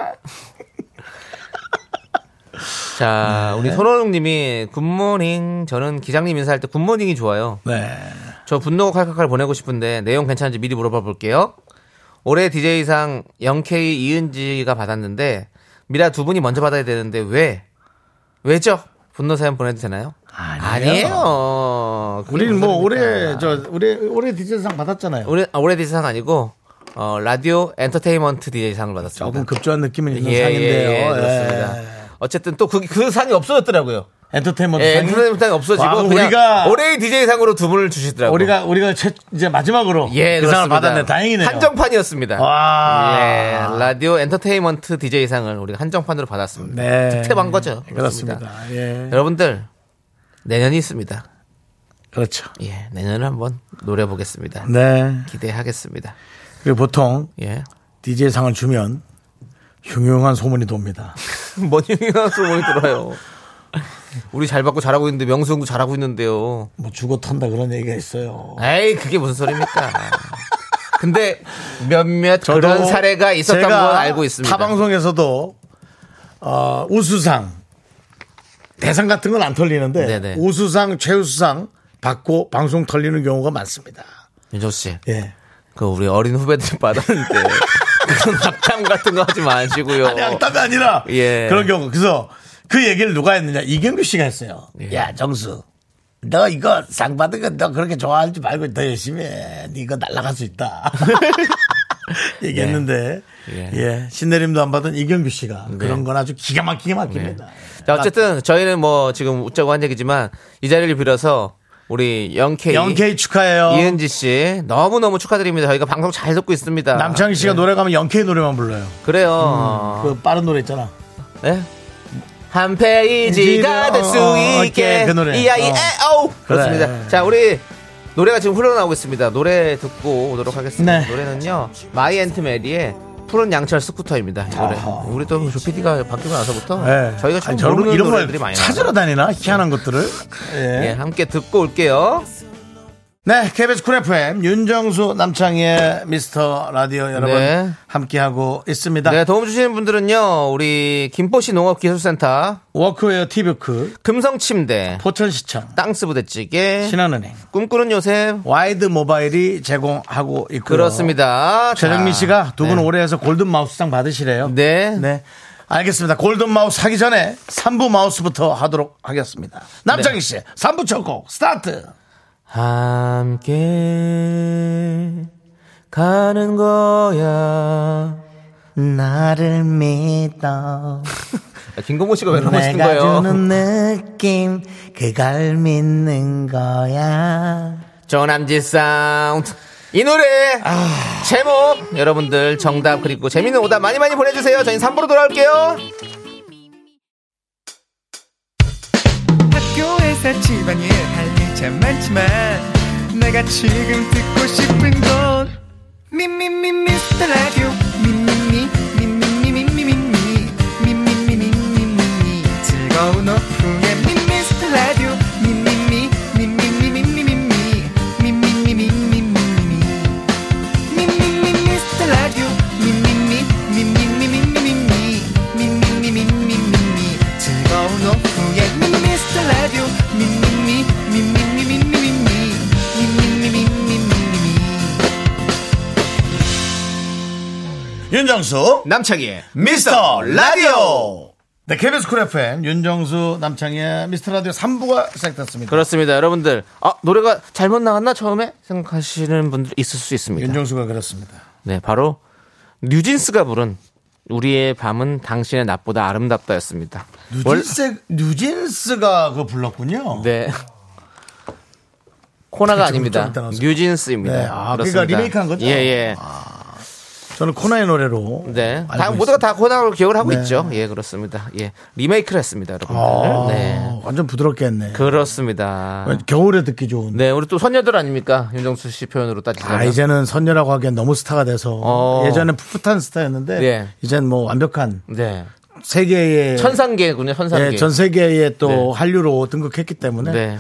자,
네.
우리 손호농 님이 굿모닝. 저는 기장님 인사할 때 굿모닝이 좋아요.
네.
저 분노 칼칼칼 보내고 싶은데 내용 괜찮은지 미리 물어봐 볼게요. 올해 DJ상 0K 이은지가 받았는데 미라 두 분이 먼저 받아야 되는데 왜? 왜죠? 분노 사연 보내도 되나요?
아니에요.
아니에요. 그게
우리는
무슨
뭐 올해
소리입니까?
저 올해 올해 디제이상 받았잖아요.
올해 아, 올해 DJ상 아니고 어, 라디오 엔터테인먼트 DJ상을 받았습니다.
조금 급조한 느낌은 있는
예, 예,
상인데요.
예,
예.
그렇습니다. 어쨌든 또 그 그 상이 없어졌더라고요.
엔터테인먼트
예,
상이?
엔터테인먼트는 없어지고
와, 그럼
그냥
우리가-
올해의 DJ상으로 두 분을 주시더라고요.
우리가 우리가 최- 이제 마지막으로
예,
그 상을
그렇습니다.
받았네. 다행이네요. 아,
한정판이었습니다.
와.
예, 라디오 엔터테인먼트 DJ상을 우리가 한정판으로 받았습니다.
네.
특혜한 거죠.
그렇습니다. 예.
여러분들 내년이 있습니다.
그렇죠.
예, 내년을 한번 노려보겠습니다.
네.
기대하겠습니다.
그리고 보통
예.
DJ 상을 주면 흉흉한 소문이 돕니다.
뭔 유명한 소문이 들어요. 우리 잘 받고 잘하고 있는데 명수형도 잘하고 있는데요.
뭐 주고 턴다 그런 얘기가 있어요.
에이 그게 무슨 소리입니까? 근데 몇몇 그런
저도
사례가 있었던
제가
건 알고 있습니다.
타 방송에서도 어, 우수상 대상 같은 건 안 털리는데
네네.
우수상, 최우수상 받고 방송 털리는 경우가 많습니다.
윤정 씨,
예.
그 우리 어린 후배들 받았는데 그런 낙담 같은 거 하지 마시고요.
아니 악담이 아니라
예.
그런 경우 그래서 그 얘기를 누가 했느냐 이경규 씨가 했어요.
예.
야 정수 너 이거 상 받은 거 너 그렇게 좋아하지 말고 더 열심히 해. 네 이거 날라갈 수 있다. 얘기했는데
예. 네.
예. 신내림도 안 받은 이경규 씨가 그런 건 아주 기가 막히게 막힙니다.
자 어쨌든 저희는 뭐 지금 웃자고 한 얘기지만 이 자리를 빌어서 우리 영케이,
영케이 축하해요.
이은지 씨 너무 너무 축하드립니다. 저희가 방송 잘 듣고 있습니다.
남창희 씨가
네.
노래 가면 영케이 노래만 불러요.
그래요.
그 빠른 노래 있잖아.
예? 한 페이지가 될 수
어, 어,
있게
그 노래.
이 아이
어.
에오 그렇습니다.
그래.
자 우리 노래가 지금 흘러나오고 있습니다. 노래 듣고 오도록 하겠습니다.
네.
노래는요 마이 앤트 메리의 푸른 양철 스쿠터입니다. 이 노래
아하.
우리 또 PD가 바뀌고 나서부터
예.
저희가 참
아니, 저런
모르는
이런
노래들이
걸
많이
찾으러 다니나 희한한 것들을. 예.
나와요. 예, 함께 듣고 올게요.
네, KBS 쿨 FM 윤정수 남창희의 미스터 라디오 여러분
네.
함께하고 있습니다.
네 도움 주시는 분들은요 우리 김포시 농업기술센터
워크웨어 티뷰크,
금성침대
포천시청,
땅스부대찌개
신한은행,
꿈꾸는 요셉
와이드 모바일이 제공하고 있고요.
그렇습니다.
최정민
자,
씨가 두 분
네.
올해에서 골든 마우스상 받으시래요.
네.
네. 알겠습니다. 골든 마우스 하기 전에 3부 마우스부터 하도록 하겠습니다.
네.
남창희 씨, 3부 첫 곡 스타트.
함께 가는 거야.
나를 믿어.
아, 김건모 씨가 왜 나오시는
내가
거예요?
주는 느낌 그걸 믿는 거야.
조남지 사운드. 이 노래
아.
제목 여러분들 정답 그리고 재밌는 오답 많이 많이 보내주세요. 저희 3부로 돌아올게요.
학교에서 집안일 할 일 참 많지만 내가 지금 듣고 싶은 건 미미미 미스터 라디오 미미미 미미미미미미 미미미미미미 즐거운 오후에 미스터 라디오 미미미 미미미미미미 미미미미미미 미미미 미스터 라디오 미미미 미미미미미미 미미미미미미 즐거운 오후에 미스터 라디오 미미미 미미미미미미 미미미미미미
윤정수
남창희의
미스터 라디오. 네, KBS 쿨 FM 윤정수 남창의 미스터 라디오 3부가 시작됐습니다.
그렇습니다. 여러분들 아 노래가 잘못 나갔나 처음에 생각하시는 분들 있을 수 있습니다.
윤정수가 그렇습니다.
네, 바로 뉴진스가 부른 우리의 밤은 당신의 낮보다 아름답다였습니다. 원-
뉴진스 뉴진스가 그 불렀군요.
네.
지금 좀
코나가 아닙니다.
이따 나왔어요.
뉴진스입니다.
네, 아,
그렇습니다.
그러니까 리메이크한 거죠?
예, 예.
저는 코나의 노래로.
네.
알고
다 모두가
있습니다.
다 코나로 기억을 하고
네.
있죠. 예, 그렇습니다. 예. 리메이크를 했습니다, 여러분들.
아,
네.
완전 부드럽게 했네.
그렇습니다.
겨울에 듣기 좋은.
네, 우리 또 선녀들 아닙니까? 윤정수 씨 표현으로 따지자면.
아, 이제는 선녀라고 하기엔 너무 스타가 돼서
어.
예전에 풋풋한 스타였는데
네.
이젠 뭐 완벽한
네.
세계의
천상계군요, 천상계.
예, 전 세계에 또
네.
한류로 등극했기 때문에
네.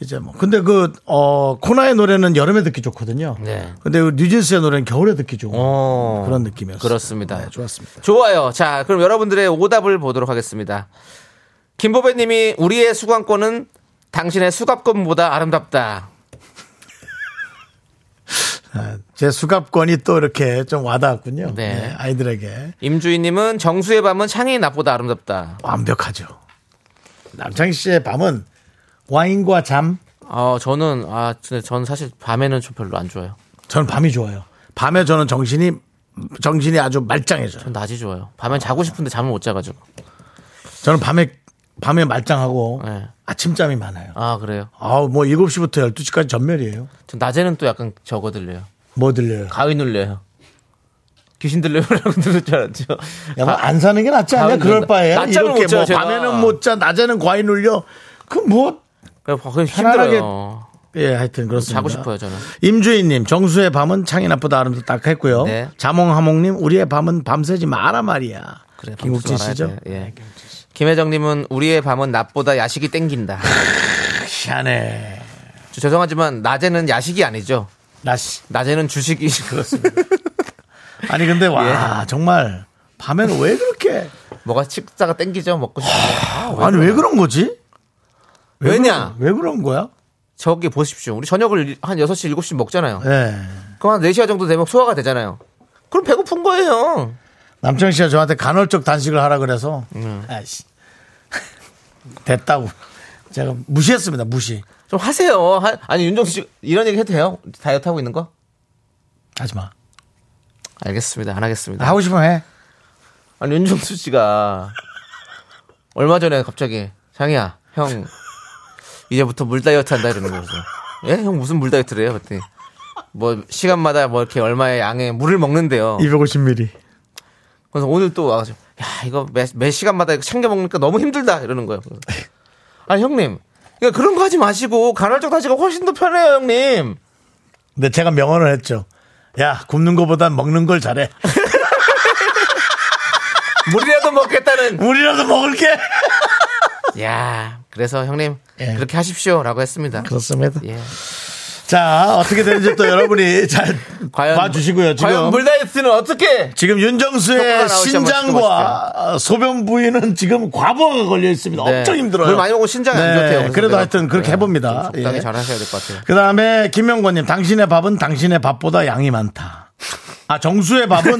이제 뭐 근데 그 어, 코나의 노래는 여름에 듣기 좋거든요.
네.
근데 그 뉴진스의 노래는 겨울에 듣기 좋은
어.
그런 느낌이었어요.
그렇습니다.
네, 좋았습니다.
좋아요. 자, 그럼 여러분들의 오답을 보도록 하겠습니다. 김보배님이 우리의 수강권은 당신의 수갑권보다 아름답다.
아, 제 수갑권이 또 이렇게 좀 와닿았군요.
네.
네, 아이들에게
임주희님은 정수의 밤은 창의 낮보다 아름답다.
완벽하죠. 남창희 씨의 밤은 와인과 잠.
어, 저는 아, 근데 저는 사실 밤에는 좀 별로 안 좋아요.
저는 밤이 좋아요. 밤에 저는 정신이 정신이 아주 말짱해져요.
전 낮이 좋아요. 밤엔 자고 싶은데 잠을 못 자가지고.
저는 밤에 밤에 말짱하고
네.
아침잠이 많아요.
아 그래요.
아우 뭐 7시부터 12시까지 전멸이에요.
전 낮에는 또 약간 저거 들려요.
뭐 들려요?
가위 눌려요. 귀신 들려요라고 들을 줄 알았죠.
야,
가-
뭐 안 사는 게 낫지 않냐?
가을
그럴
된다.
바에
아, 낮잠을
이렇게
못 자요,
뭐
제가.
밤에는 못 자, 낮에는 과일 눌려. 그 뭐
그냥 그냥
편안하게
힘들어요.
예, 하여튼 그렇습니다.
자고 싶어요, 저는.
임주인님, 정수의 밤은 창이 나쁘다 아름도 딱 했고요.
네.
자몽하몽님, 우리의 밤은 밤새지 마라 말이야.
그래,
네, 김국진
밤새
씨죠?
말아야 돼. 예. 김혜정님은 우리의 밤은 낮보다 야식이 땡긴다.
희한해.
저- 죄송하지만 낮에는 야식이 아니죠.
나 씨.
낮에는 주식이 그렇습니다.
아니, 근데 와,
예.
정말 밤에는 왜 그렇게.
뭐가 식사가 땡기죠 먹고 싶은데.
아니, 왜 그런 거지? 왜
왜냐?
그런- 왜 그런 거야?
저기 보십시오. 우리 저녁을 한 6시, 7시 먹잖아요.
예.
그럼 한 4시간 정도 되면 소화가 되잖아요. 그럼 배고픈 거예요.
남창 씨가 저한테 간헐적 단식을 하라 그래서
음.
아이씨 됐다고 제가 무시했습니다 무시
좀 하세요. 하- 아니 윤정수 씨 이런 얘기 해도 돼요? 다이어트 하고 있는 거?
하지 마
알겠습니다. 안 하겠습니다.
하고 싶으면 해
아니 윤정수 씨가 얼마 전에 갑자기 장이야 형 이제부터 물 다이어트 한다 이러는 거죠. 예? 형 무슨 물 다이어트래요? 그때 뭐 시간마다 뭐 이렇게 얼마의 양의 물을 먹는데요.
250ml
그래서 오늘 또 와가지고 야 이거 매, 매 시간마다 이거 챙겨 먹으니까 너무 힘들다 이러는 거예요. 그래서 아니 형님 그러니까 그런 거 하지 마시고 간헐적 다시가 훨씬 더 편해요 형님.
근데 제가 명언을 했죠 야 굶는 거보단 먹는 걸 잘해
물이라도 먹겠다는
우리라도 먹을게
야 그래서 형님
예.
그렇게 하십시오라고 했습니다.
그렇습니다
예.
자 어떻게 되는지 또 여러분이 잘
과연
봐주시고요 지금
과연 물 다이어트는 어떻게
지금
효과가
윤정수의
나올지
신장과 소변 부위는 지금 과부하가 걸려 있습니다.
네.
엄청 힘들어요. 네,
물 많이 먹으면 신장이 안 좋대요. 그래서
그래도
내가
하여튼 그렇게
네,
해봅니다.
좀 적당히
예.
잘 하셔야 될 것 같아요.
그 다음에 김명권님, 당신의 밥은 당신의 밥보다 양이 많다. 아, 정수의 밥은,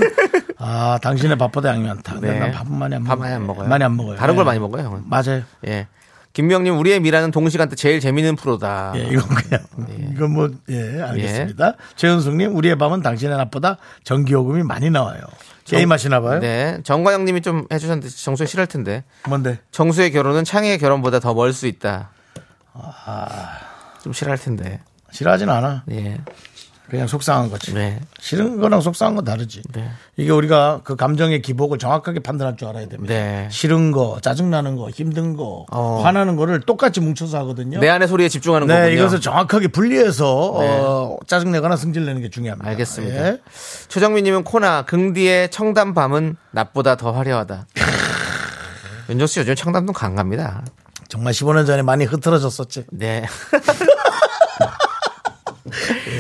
아, 당신의 밥보다 양이 많다.
네.
난 밥은 많이 안
밥
먹어요.
많이 안 먹어요.
많이 안 먹어요.
다른
예.
걸 많이 먹어요, 형은.
맞아요.
예. 김명님 우리의 미라는 동시간대 제일 재밌는 프로다.
예, 이건 그냥,
네.
이건 뭐, 예, 알겠습니다. 최은숙님, 우리의 밥은 당신의 밥보다 전기요금이 많이 나와요. 게임하시나 봐요?
네, 정과영님이 좀 해주셨는데 정수영 싫을 텐데.
뭔데?
정수의 결혼은 창희의 결혼보다 더 멀 수 있다.
아.
좀 싫어할 텐데.
싫어하진 않아.
예.
그냥 속상한 거지.
네.
싫은 거랑 속상한 건 다르지.
네.
이게 우리가 그 감정의 기복을 정확하게 판단할 줄 알아야 됩니다.
네.
싫은 거, 짜증나는 거, 힘든 거,
어.
화나는 거를 똑같이 뭉쳐서 하거든요.
내 안의 소리에 집중하는
네,
거군요. 네.
이것을 정확하게 분리해서 어, 짜증내거나 승질내는 게 중요합니다.
아, 알겠습니다.
예.
최정민님은 코나 긍디의 청담 밤은 낮보다 더 화려하다. 윤정 씨 요즘 청담동 강갑니다.
정말 15년 전에 많이 흐트러졌었지.
네.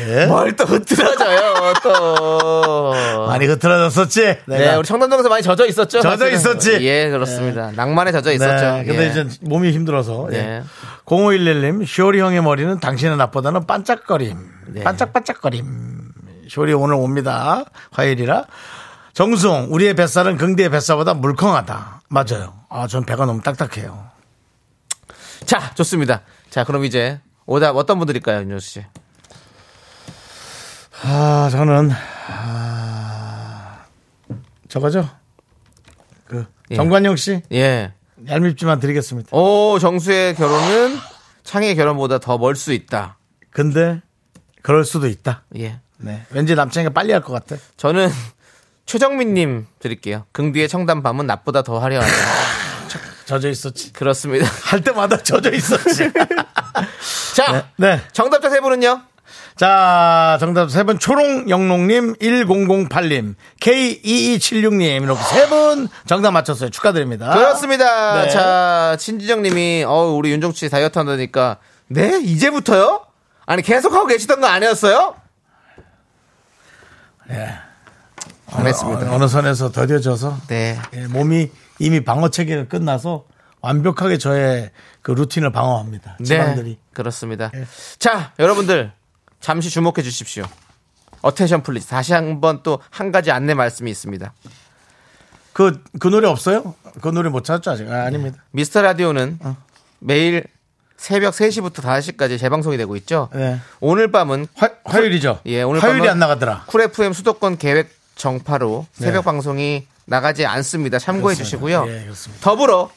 예.
뭘 또 흐트러져요, 또.
많이 흐트러졌었지.
네,
내가.
우리 청담동에서 많이 젖어 있었죠?
아, 젖어
사실은.
있었지.
예, 그렇습니다. 낭만에 젖어 있었죠.
네, 근데
예.
이제 몸이 힘들어서.
네.
예. 0511님, 쇼리 형의 머리는 당신의 나보다는 반짝거림.
네.
반짝반짝거림. 쇼리 오늘 옵니다. 화요일이라. 정수홍, 우리의 뱃살은 긍디의 뱃살보다 물컹하다. 맞아요. 아, 전 배가 너무 딱딱해요.
자, 좋습니다. 자, 그럼 이제 오답 어떤 분들일까요, 윤정 씨?
아, 저는, 아, 저거죠? 그,
예.
정관용 씨,
예.
얄밉지만 드리겠습니다.
오, 정수의 결혼은 창희의 결혼보다 더 멀 수 있다.
근데, 그럴 수도 있다.
예.
네. 왠지 남친이가 빨리 할 것 같아.
저는 최정민님 드릴게요. 긍디의 청담 밤은 낮보다 더 화려하다.
젖어 있었지.
그렇습니다.
할 때마다 젖어 있었지.
자,
네.
정답자 세 분은요?
자, 정답 세 분 초롱 영롱님, 1008님, K2276님 이렇게 세 분 정답 맞췄어요. 축하드립니다.
그렇습니다.
아. 네.
자, 친지정님이 어 우리 윤종 씨 다이어트 한다니까 네 이제부터요? 아니 계속 하고 계시던 거 아니었어요? 예, 안 했습니다.
네. 어, 어느 선에서 더뎌져서
네,
예, 몸이 이미 방어 체계가 끝나서 완벽하게 저의 그 루틴을 방어합니다.
네,
지방들이. 네.
그렇습니다. 자, 여러분들 잠시 주목해 주십시오. 어텐션 플리즈 다시 한번 또 한 가지 안내 말씀이 있습니다.
그, 그 노래 없어요? 그 노래 못 찾았죠, 아직? 아, 닙니다
미스터 라디오는 매일 새벽 3시부터 5시까지 재방송이 되고 있죠.
네.
오늘 밤은
화, 화요일이죠?
예, 오늘
화요일이
밤은
안 나가더라.
쿨 FM 수도권 계획 네.
네,
정파로 새벽 방송이 나가지 않습니다. 예. 참고해 주시고요.
예, 그렇습니다.
더불어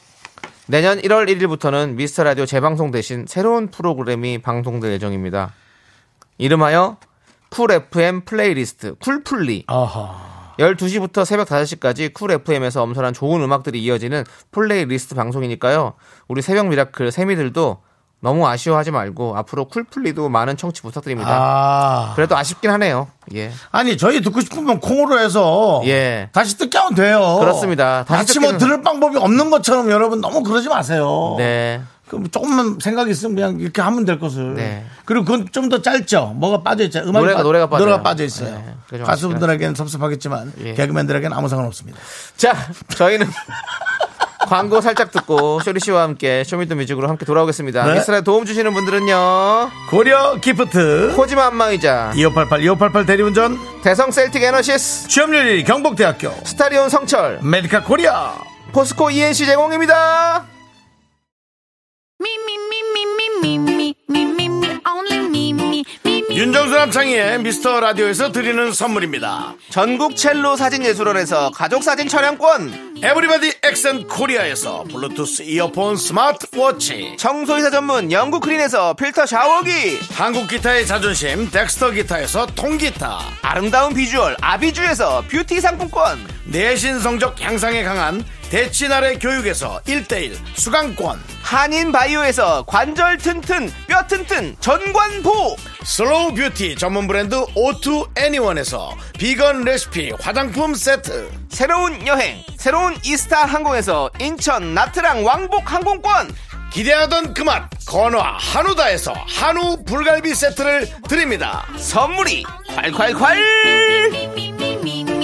내년 1월 1일부터는 미스터 라디오 재방송 대신 새로운 프로그램이 방송될 예정입니다. 이름하여 쿨 FM 플레이리스트 쿨플리.
아하.
12시부터 새벽 5시까지 쿨 FM에서 엄선한 좋은 음악들이 이어지는 플레이리스트 방송이니까요. 우리 새벽 미라클 세미들도 너무 아쉬워하지 말고 앞으로 쿨플리도 많은 청취 부탁드립니다.
아.
그래도 아쉽긴 하네요. 예.
아니 저희 듣고 싶으면 콩으로 해서
예.
다시 듣게 하면 돼요.
그렇습니다.
마치
다시
뭐
듣기는-
들을 방법이 없는 것처럼 여러분 너무 그러지 마세요.
네.
그럼 조금만 생각이 있으면 그냥 이렇게 하면 될 것을.
네.
그리고 그건 좀 더 짧죠. 뭐가 빠져 있죠. 음악이
노래가- 노래가 빠져요.
있어요.
네, 그게 좀
가수분들에게는 섭섭하겠지만
예.
개그맨들에게는 아무 상관 없습니다.
자, 저희는 광고 살짝 듣고 쇼리 씨와 함께 쇼미더뮤직으로 함께 돌아오겠습니다.
네.
미스라 도움 주시는 분들은요.
고려 기프트
코지마 안마의자,
2588 2588 대리운전
대성 셀틱 에너시스,
취업률 1위 경북대학교
스타리온 성철,
메디카 코리아
포스코 ENC 제공입니다.
윤정수 남창희의 미스터 라디오에서 드리는 선물입니다.
전국 첼로 사진 예술원에서 가족 사진 촬영권,
에브리바디 엑센 코리아에서 블루투스 이어폰 스마트워치
청소이사 전문 영국 크린에서 필터 샤워기,
한국 기타의 자존심 덱스터 기타에서 통기타
아름다운 비주얼 아비주에서 뷰티 상품권,
내신 성적 향상에 강한 대치나래 교육에서 1대1 수강권
한인 바이오에서 관절 튼튼, 뼈 튼튼, 전관보!
슬로우 뷰티 전문 브랜드 오투 애니원에서 비건 레시피 화장품 세트
새로운 여행, 새로운 이스타 항공에서 인천 나트랑 왕복 항공권,
기대하던 그 맛 건화 한우다에서 한우 불갈비 세트를 드립니다
선물이 콸콸콸!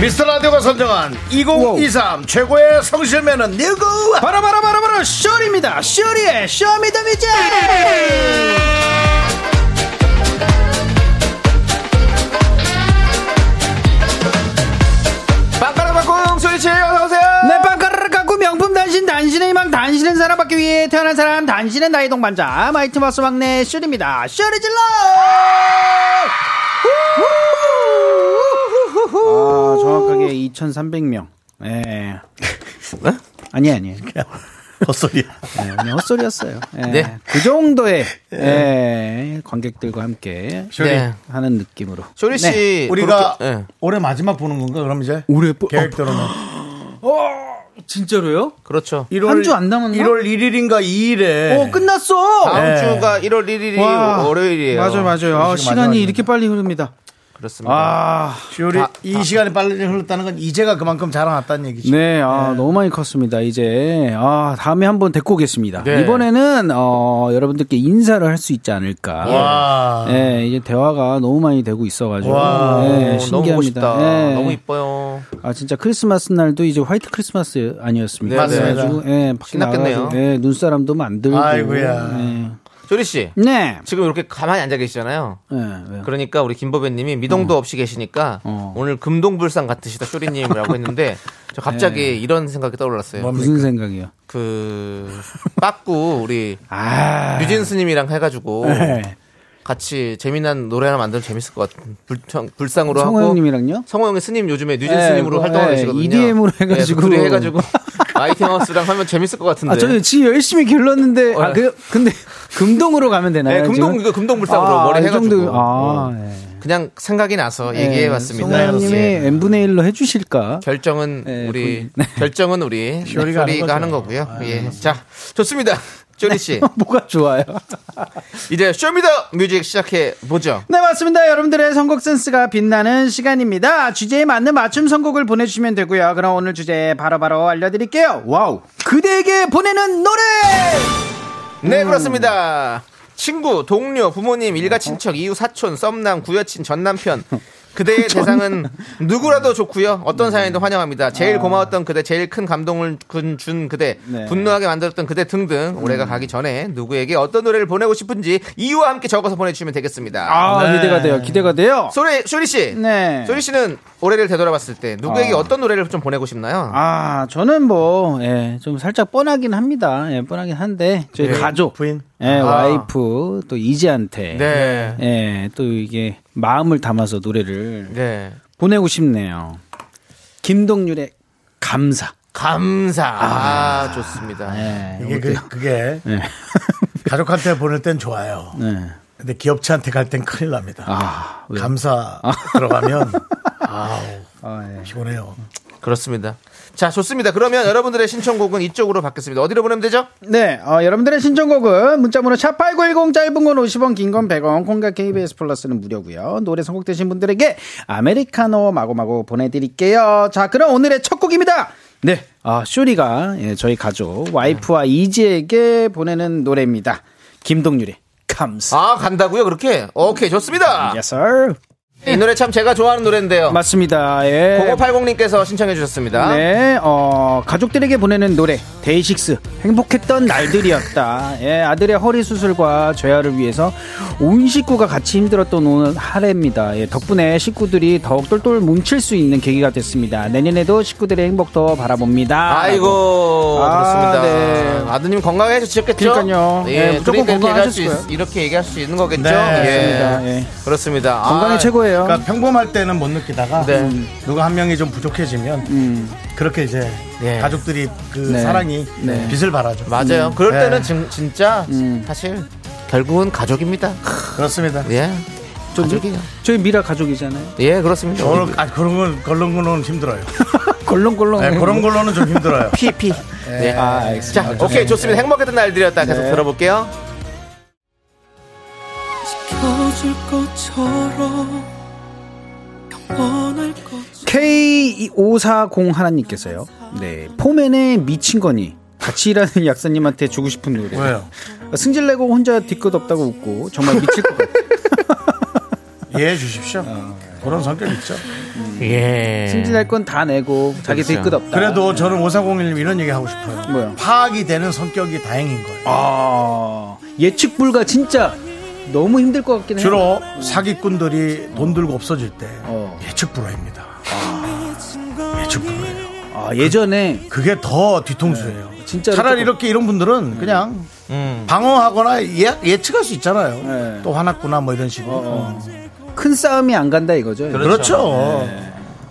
미스터 라디오가 선정한 2023 최고의 아. 성실맨은 누구?
바라바라바라바라 쇼리입니다 쇼리의 쇼미더뮤직
빵가락빵콩 소리치 어서오세요!
내 빵가루를 갖고 명품 단신 단신의 희망 단신은 사랑받기 위해 태어난 사람 단신은 나의 동반자 마이트마스 막내 쇼리입니다 쇼리 질러 아 정확하게 2300명
네?
예. 아니 아니
헛소리야
네, 그냥 헛소리였어요. 예,
네.
그 정도의 예, 관객들과 함께
네.
하는 느낌으로.
쇼리 씨,
네.
우리가
그렇게- 예.
올해 마지막 보는 건가 그럼 이제?
올해 뽀- 어,
계획대로는
진짜로요?
그렇죠.
어, 한주안 남았나?
1월 1일인가 2일에
오 끝났어.
다음
네.
주가 1월 1일이
와.
월요일이에요.
맞아요, 맞아요. 아,
마지막이네요.
시간이 아, 이렇게 빨리 흐릅니다.
그렇습니다.
쇼리 이 시간이 빨리 흘렀다는 건 이제가 그만큼 자라났다는 얘기죠.
네, 아, 너무 많이 컸습니다. 이제 아, 다음에 한번 데리고 오겠습니다.
네.
이번에는 어, 여러분들께 인사를 할 수 있지 않을까.
와.
예, 이제 대화가 너무 많이 되고 있어가지고
와.
예,
어, 너무 보고 싶다.
예.
너무 이뻐요.
아 진짜 크리스마스 날도 이제 화이트 크리스마스 아니었습니까?
네,
네.
그래가지고 예, 밖에
신났겠네요.
나가서 예, 눈사람도 만들고.
아이고야.
예.
쇼리 씨,
네.
지금 이렇게 가만히 앉아 계시잖아요.
예, 왜요?
그러니까 우리 김보배님이 미동도 없이 계시니까
음. 어.
오늘 금동불상 같으시다 쇼리님이라고 했는데 저 갑자기
네.
이런 생각이 떠올랐어요.
무슨 생각이요?
그 빠꾸 우리
아.
유진스님이랑 해가지고
예.
같이 재미난 노래 하나 만들면 재밌을 것 같은 불청, 불상으로 하고
성호형님이랑요?
성호형의 스님 요즘에 뉴진
예,
스님으로
그거,
활동하고
예,
계시거든요.
EDM 으로 해가지고.
예, 둘이 해가지고 마이티 마우스랑 하면 재밌을 것 같은데.
아, 저는 지금 열심히 길렀는데, 아, 그, 근데, 금동으로 가면 되나요?
예, 어. 금동
지금?
이거 금동불상으로
아,
머리
이
해가지고
정도, 아,
어.
예.
그냥 생각이 나서 얘기해봤습니다.
네, 성호형님이
예.
n분의 1로 해주실까?
결정은
예,
우리 결정은 우리
네, 쇼리가
쇼리가,
하는 거죠. 아, 네.
하는 거고요. 예, 자 좋습니다. 쇼리 씨
뭐가 좋아요?
이제 쇼미더 뮤직 시작해 보죠.
네, 맞습니다. 여러분들의 선곡 센스가 빛나는 시간입니다. 주제에 맞는 맞춤 선곡을 보내주시면 되고요. 그럼 오늘 주제 바로바로 알려드릴게요. 와우. 그대에게 보내는 노래!
음.
네 그렇습니다. 친구, 동료,
네.
부모님, 일가 친척, 이웃 사촌, 썸남, 구여친, 전남편. 그대의 대상은 누구라도 좋고요. 어떤
네.
사연이든 환영합니다.
아.
제일 고마웠던 그대, 제일 큰 감동을 군- 준 그대,
네.
분노하게 만들었던 그대 등등
음.
올해가 가기 전에 누구에게 어떤 노래를 보내고 싶은지 이유와 함께 적어서 보내주시면 되겠습니다. 네.
아,
네.
기대가 돼요. 기대가 돼요.
소리 쇼리 씨,
음.
네.
쇼리 씨는 올해를 되돌아봤을 때 누구에게
아.
어떤 노래를 좀 보내고 싶나요?
아, 저는 뭐, 예, 좀 살짝 뻔하긴 합니다. 예, 뻔하긴 한데, 저희 가족.
부인?
예, 와이프 또 이지한테
네.
예, 또 이게 마음을 담아서 노래를
네.
보내고 싶네요. 김동률의 감사.
감사.
네.
아, 좋습니다.
예,
이게 그, 그게
네.
가족한테 보낼 땐 좋아요.
네.
근데 기업체한테 갈 땐 큰일 납니다.
아, 왜요?
감사 들어가면 아우
아, 예.
피곤해요.
그렇습니다. 자, 좋습니다. 그러면 여러분들의 신청곡은 이쪽으로 받겠습니다. 어디로 보내면 되죠?
네, 어, 여러분들의 신청곡은 문자번호 샵8910 짧은 건 50원, 긴 건 100원, 콩과 KBS 플러스는 무료고요 노래 선곡되신 분들에게 아메리카노 마구마구 보내드릴게요. 자, 그럼 오늘의 첫 곡입니다! 네, 아, 쇼리가 예, 저희 가족 와이프와 이지에게 보내는 노래입니다. 김동률의 감사.
아, 간다고요? 그렇게? 오케이, 좋습니다.
Yes, sir.
이 노래 참 제가 좋아하는 노래인데요.
맞습니다. 예.
0580님께서 신청해 주셨습니다.
네, 어, 가족들에게 보내는 노래, 데이식스. 행복했던 날들이었다. 예, 아들의 허리 수술과 재활을 위해서 온 식구가 같이 힘들었던 오늘 하루입니다. 예, 덕분에 식구들이 더욱 똘똘 뭉칠 수 있는 계기가 됐습니다. 내년에도 식구들의 행복 더 바라봅니다.
아이고,
아,
그렇습니다.
네.
아드님 건강해지셨겠죠?
그러니까요.
예,
예, 무조건
그러니까 이렇게 얘기할 수
건강하셨을
있- 이렇게 얘기할 수 있는 거겠죠?
네,
맞습니다. 예.
그렇습니다.
건강이
아,
최고예요.
그러니까 평범할 때는 못 느끼다가
네.
음, 누가 한 명이 좀 부족해지면 그렇게 이제
예.
가족들이 그
음. 네.
사랑이 빛을 발하죠.
맞아요. 그럴
네.
때는 진, 진짜 사실 결국은 가족입니다.
그렇습니다.
예.
좀-
가족이요.
저희 미라 가족이잖아요.
예, 그렇습니다.
오늘 아, 그런 건 그런 거는 힘들어요.
걸렁걸렁.
네, 그런 걸로는 좀 힘들어요.
PP. 예.
아, 알겠습니다.
자, 오케이, 좋습니다. 네. 행복했던 날들이었다. 계속 들어볼게요.
켜줄 것처럼 영원할 것
K540 하나님께서요. 네, 포맨의 미친 거니. 같이 일하는 약사님한테 주고 싶은 노래.
왜요?
승질 내고 혼자 뒤끝 없다고 웃고 정말 미칠 것 같아요.
이해해 주십시오.
어.
그런 성격 있죠.
예.
승진할 건 다 내고 자기
그렇죠.
뒤끝 없다.
그래도 저는 5401님 이런 얘기 하고 싶어요.
뭐야?
파악이 되는 성격이 다행인 거예요.
아 예측 불가 진짜 너무 힘들 것 같긴 해요.
주로 사기꾼들이 돈 들고 없어질 때
어.
예측 불허입니다. 예측 불허예요.
아, 예전에
그게 더 뒤통수예요.
네. 진짜로
차라리
조금-
이렇게 이런 분들은 그냥
음.
방어하거나 예, 측할수 있잖아요.
네. 어.
또 화났구나 뭐 이런 식으로.
큰 싸움이 안 간다 이거죠. 네.
그렇죠.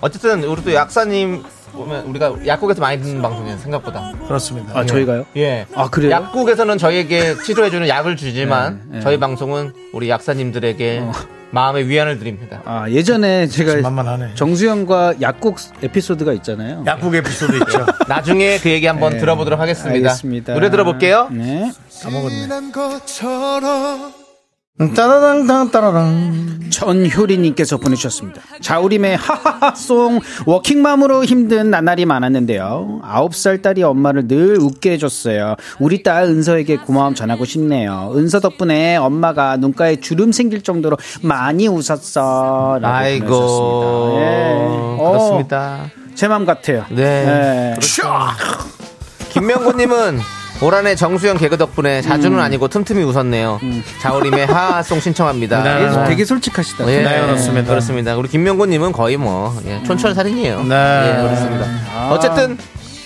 어쨌든, 우리 또 약사님, 보면 우리가 약국에서 많이 듣는 방송이에요, 생각보다.
그렇습니다.
아 저희가요?
예.
아, 그래요?
약국에서는 저희에게 치료해주는 약을 주지만,
네, 어. 네.
저희 방송은 우리 약사님들에게 마음의 위안을 드립니다.
아 예전에 제가
만만하네.
정수영과 약국 에피소드가 있잖아요.
약국 에피소드 있죠.
나중에 그 얘기 한번 들어보도록 하겠습니다.
네. 알겠습니다.
노래 들어볼게요.
네.
지난 것처럼
따라랑 따라랑.
전효리님께서 보내주셨습니다. 자우림의 하하하송 워킹맘으로 힘든 나날이 많았는데요. 아홉 살 딸이 엄마를 늘 웃게 해줬어요. 우리 딸 은서에게 고마움 전하고 싶네요. 은서 덕분에 엄마가 눈가에 주름 생길 정도로 많이 웃었어. 네, 라고
아이고.
보내주셨습니다. 예. 어,
그렇습니다.
제 마음 같아요.
네.
예.
김명구님은 올 한해 정수영 개그 덕분에 자주는 아니고 틈틈이 웃었네요. 자우림의 하하송 신청합니다.
되게- 되게 솔직하시다.
예,
네, 그렇습니다.
그렇습니다. 우리 김명구님은 거의 뭐 예, 촌철살인이에요.
네.
예, 그렇습니다.
아.
어쨌든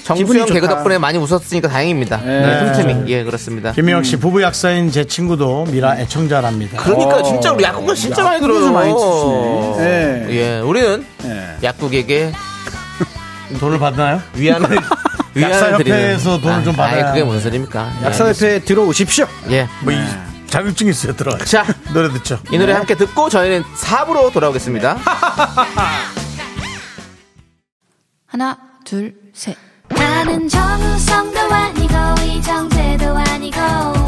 정수영
기분이
개그
좋다.
덕분에 많이 웃었으니까 다행입니다.
네.
예, 틈틈이 예 그렇습니다.
김미영 씨 음. 부부 약사인 제 친구도
음.
미라 애청자랍니다.
그러니까 진짜 우리 약국은 진짜 많이 들어요.
많이 드시네. 예.
예, 우리는
예.
약국에게
돈을 받나요?
위안을 위안을 드리는.
약사협회에서 돈을 좀
아이,
받아야
그게 뭔 소리입니까? 예,
약사협회에 들어오십시오.
예.
뭐 이
네.
자격증 있어요 들어가.
자,
노래 듣죠.
이 노래 함께 듣고 저희는 4부로 돌아오겠습니다.
하나, 둘, 셋.
나는 정우성도 아니고 이정재도 아니고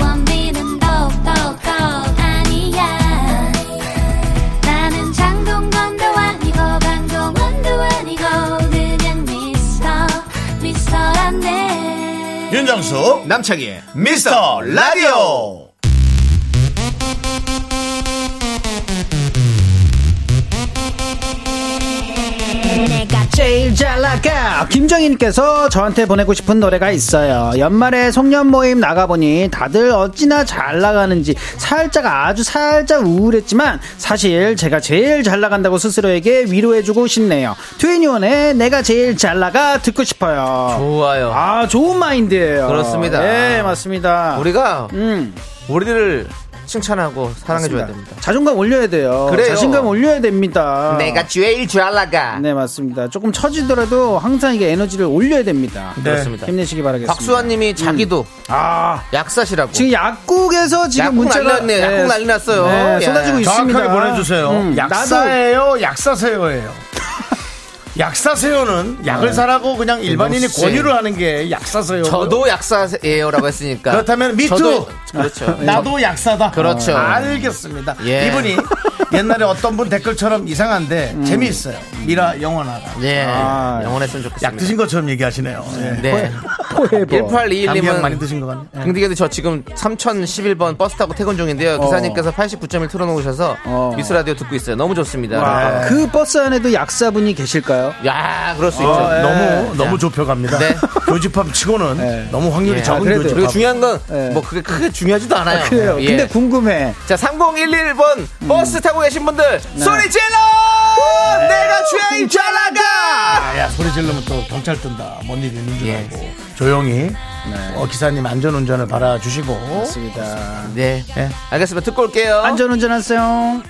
원빈은 더욱더 아니야 나는 장동건도 아니고 강동원도 아니고 그냥 미스터 미스터란데
윤정수 남창희 미스터 라디오.
내가 제일 잘 나가 김정인께서 저한테 보내고 싶은 노래가 있어요 연말에 송년 모임 나가보니 다들 어찌나 잘 나가는지 살짝 아주 살짝 우울했지만 사실 제가 제일 잘 나간다고 스스로에게 위로해주고 싶네요 트윈니원의 내가 제일 잘 나가 듣고 싶어요
좋아요.
아 좋은 마인드예요
그렇습니다.
네 맞습니다
우리가
음.
우리를 칭찬하고 사랑해줘야
맞습니다.
됩니다.
자존감 올려야 돼요.
그래요.
자신감 올려야
아.
됩니다.
내가 제일 잘나가.
네 맞습니다. 조금 처지더라도 항상 이게 에너지를 올려야 됩니다.
네.
그렇습니다.
힘내시기
음.
바라겠습니다.
박수환님이 자기도
아.
약사시라고.
지금 약국에서 지금
약국
문자가
난리 났네. 약국 난리 났어요. 예.
쏟아지고 있습니다.
정확하게 보내주세요.
음, 나도
약사예요, 약사세요예요. 약사세요는
네.
약을 사라고 그냥 일반인이
씨.
권유를 하는 게 약사세요.
저도 약사예요라고 했으니까.
그렇다면 me
저도-
too.
그렇죠.
나도 약사다.
그렇죠.
아, 알겠습니다.
예.
이분이 옛날에 어떤 분 댓글처럼 이상한데
음.
재미있어요. 미라 영원하라.
예. 영원했으면 좋겠습니다.
아. 약 드신 것처럼 얘기하시네요. 예.
네.
감기 약 많이
1821님은
드신 것 같네요. 예.
근데 근데 저 지금 3011번 버스 타고 퇴근 중인데요. 기사님께서 89.1 틀어놓으셔서
어.
미스 라디오 듣고 있어요. 너무 좋습니다.
그 버스 안에도 약사분이 계실까요?
야, 그럴 수
어,
있죠.
예. 너무 너무 좁혀갑니다.
네.
교집합 치고는 너무 확률이
예.
적은
그래도.
교집합.
그리고 중요한 건 뭐
예.
그게 크게 중요하지도 않아요.
그래요.
예.
근데 음. 궁금해.
자, 3011번 버스 타고 계신 분들
네.
소리 질러! 내가 죄인 줄 알아가!
야, 소리 지르면 또 경찰 뜬다. 뭔 일이 있는 줄
예. 네.
알고 조용히 어, 기사님 안전 운전을 바라주시고
맞습니다.
네.
예.
알겠습니다. 듣고 올게요.
안전운전하세요.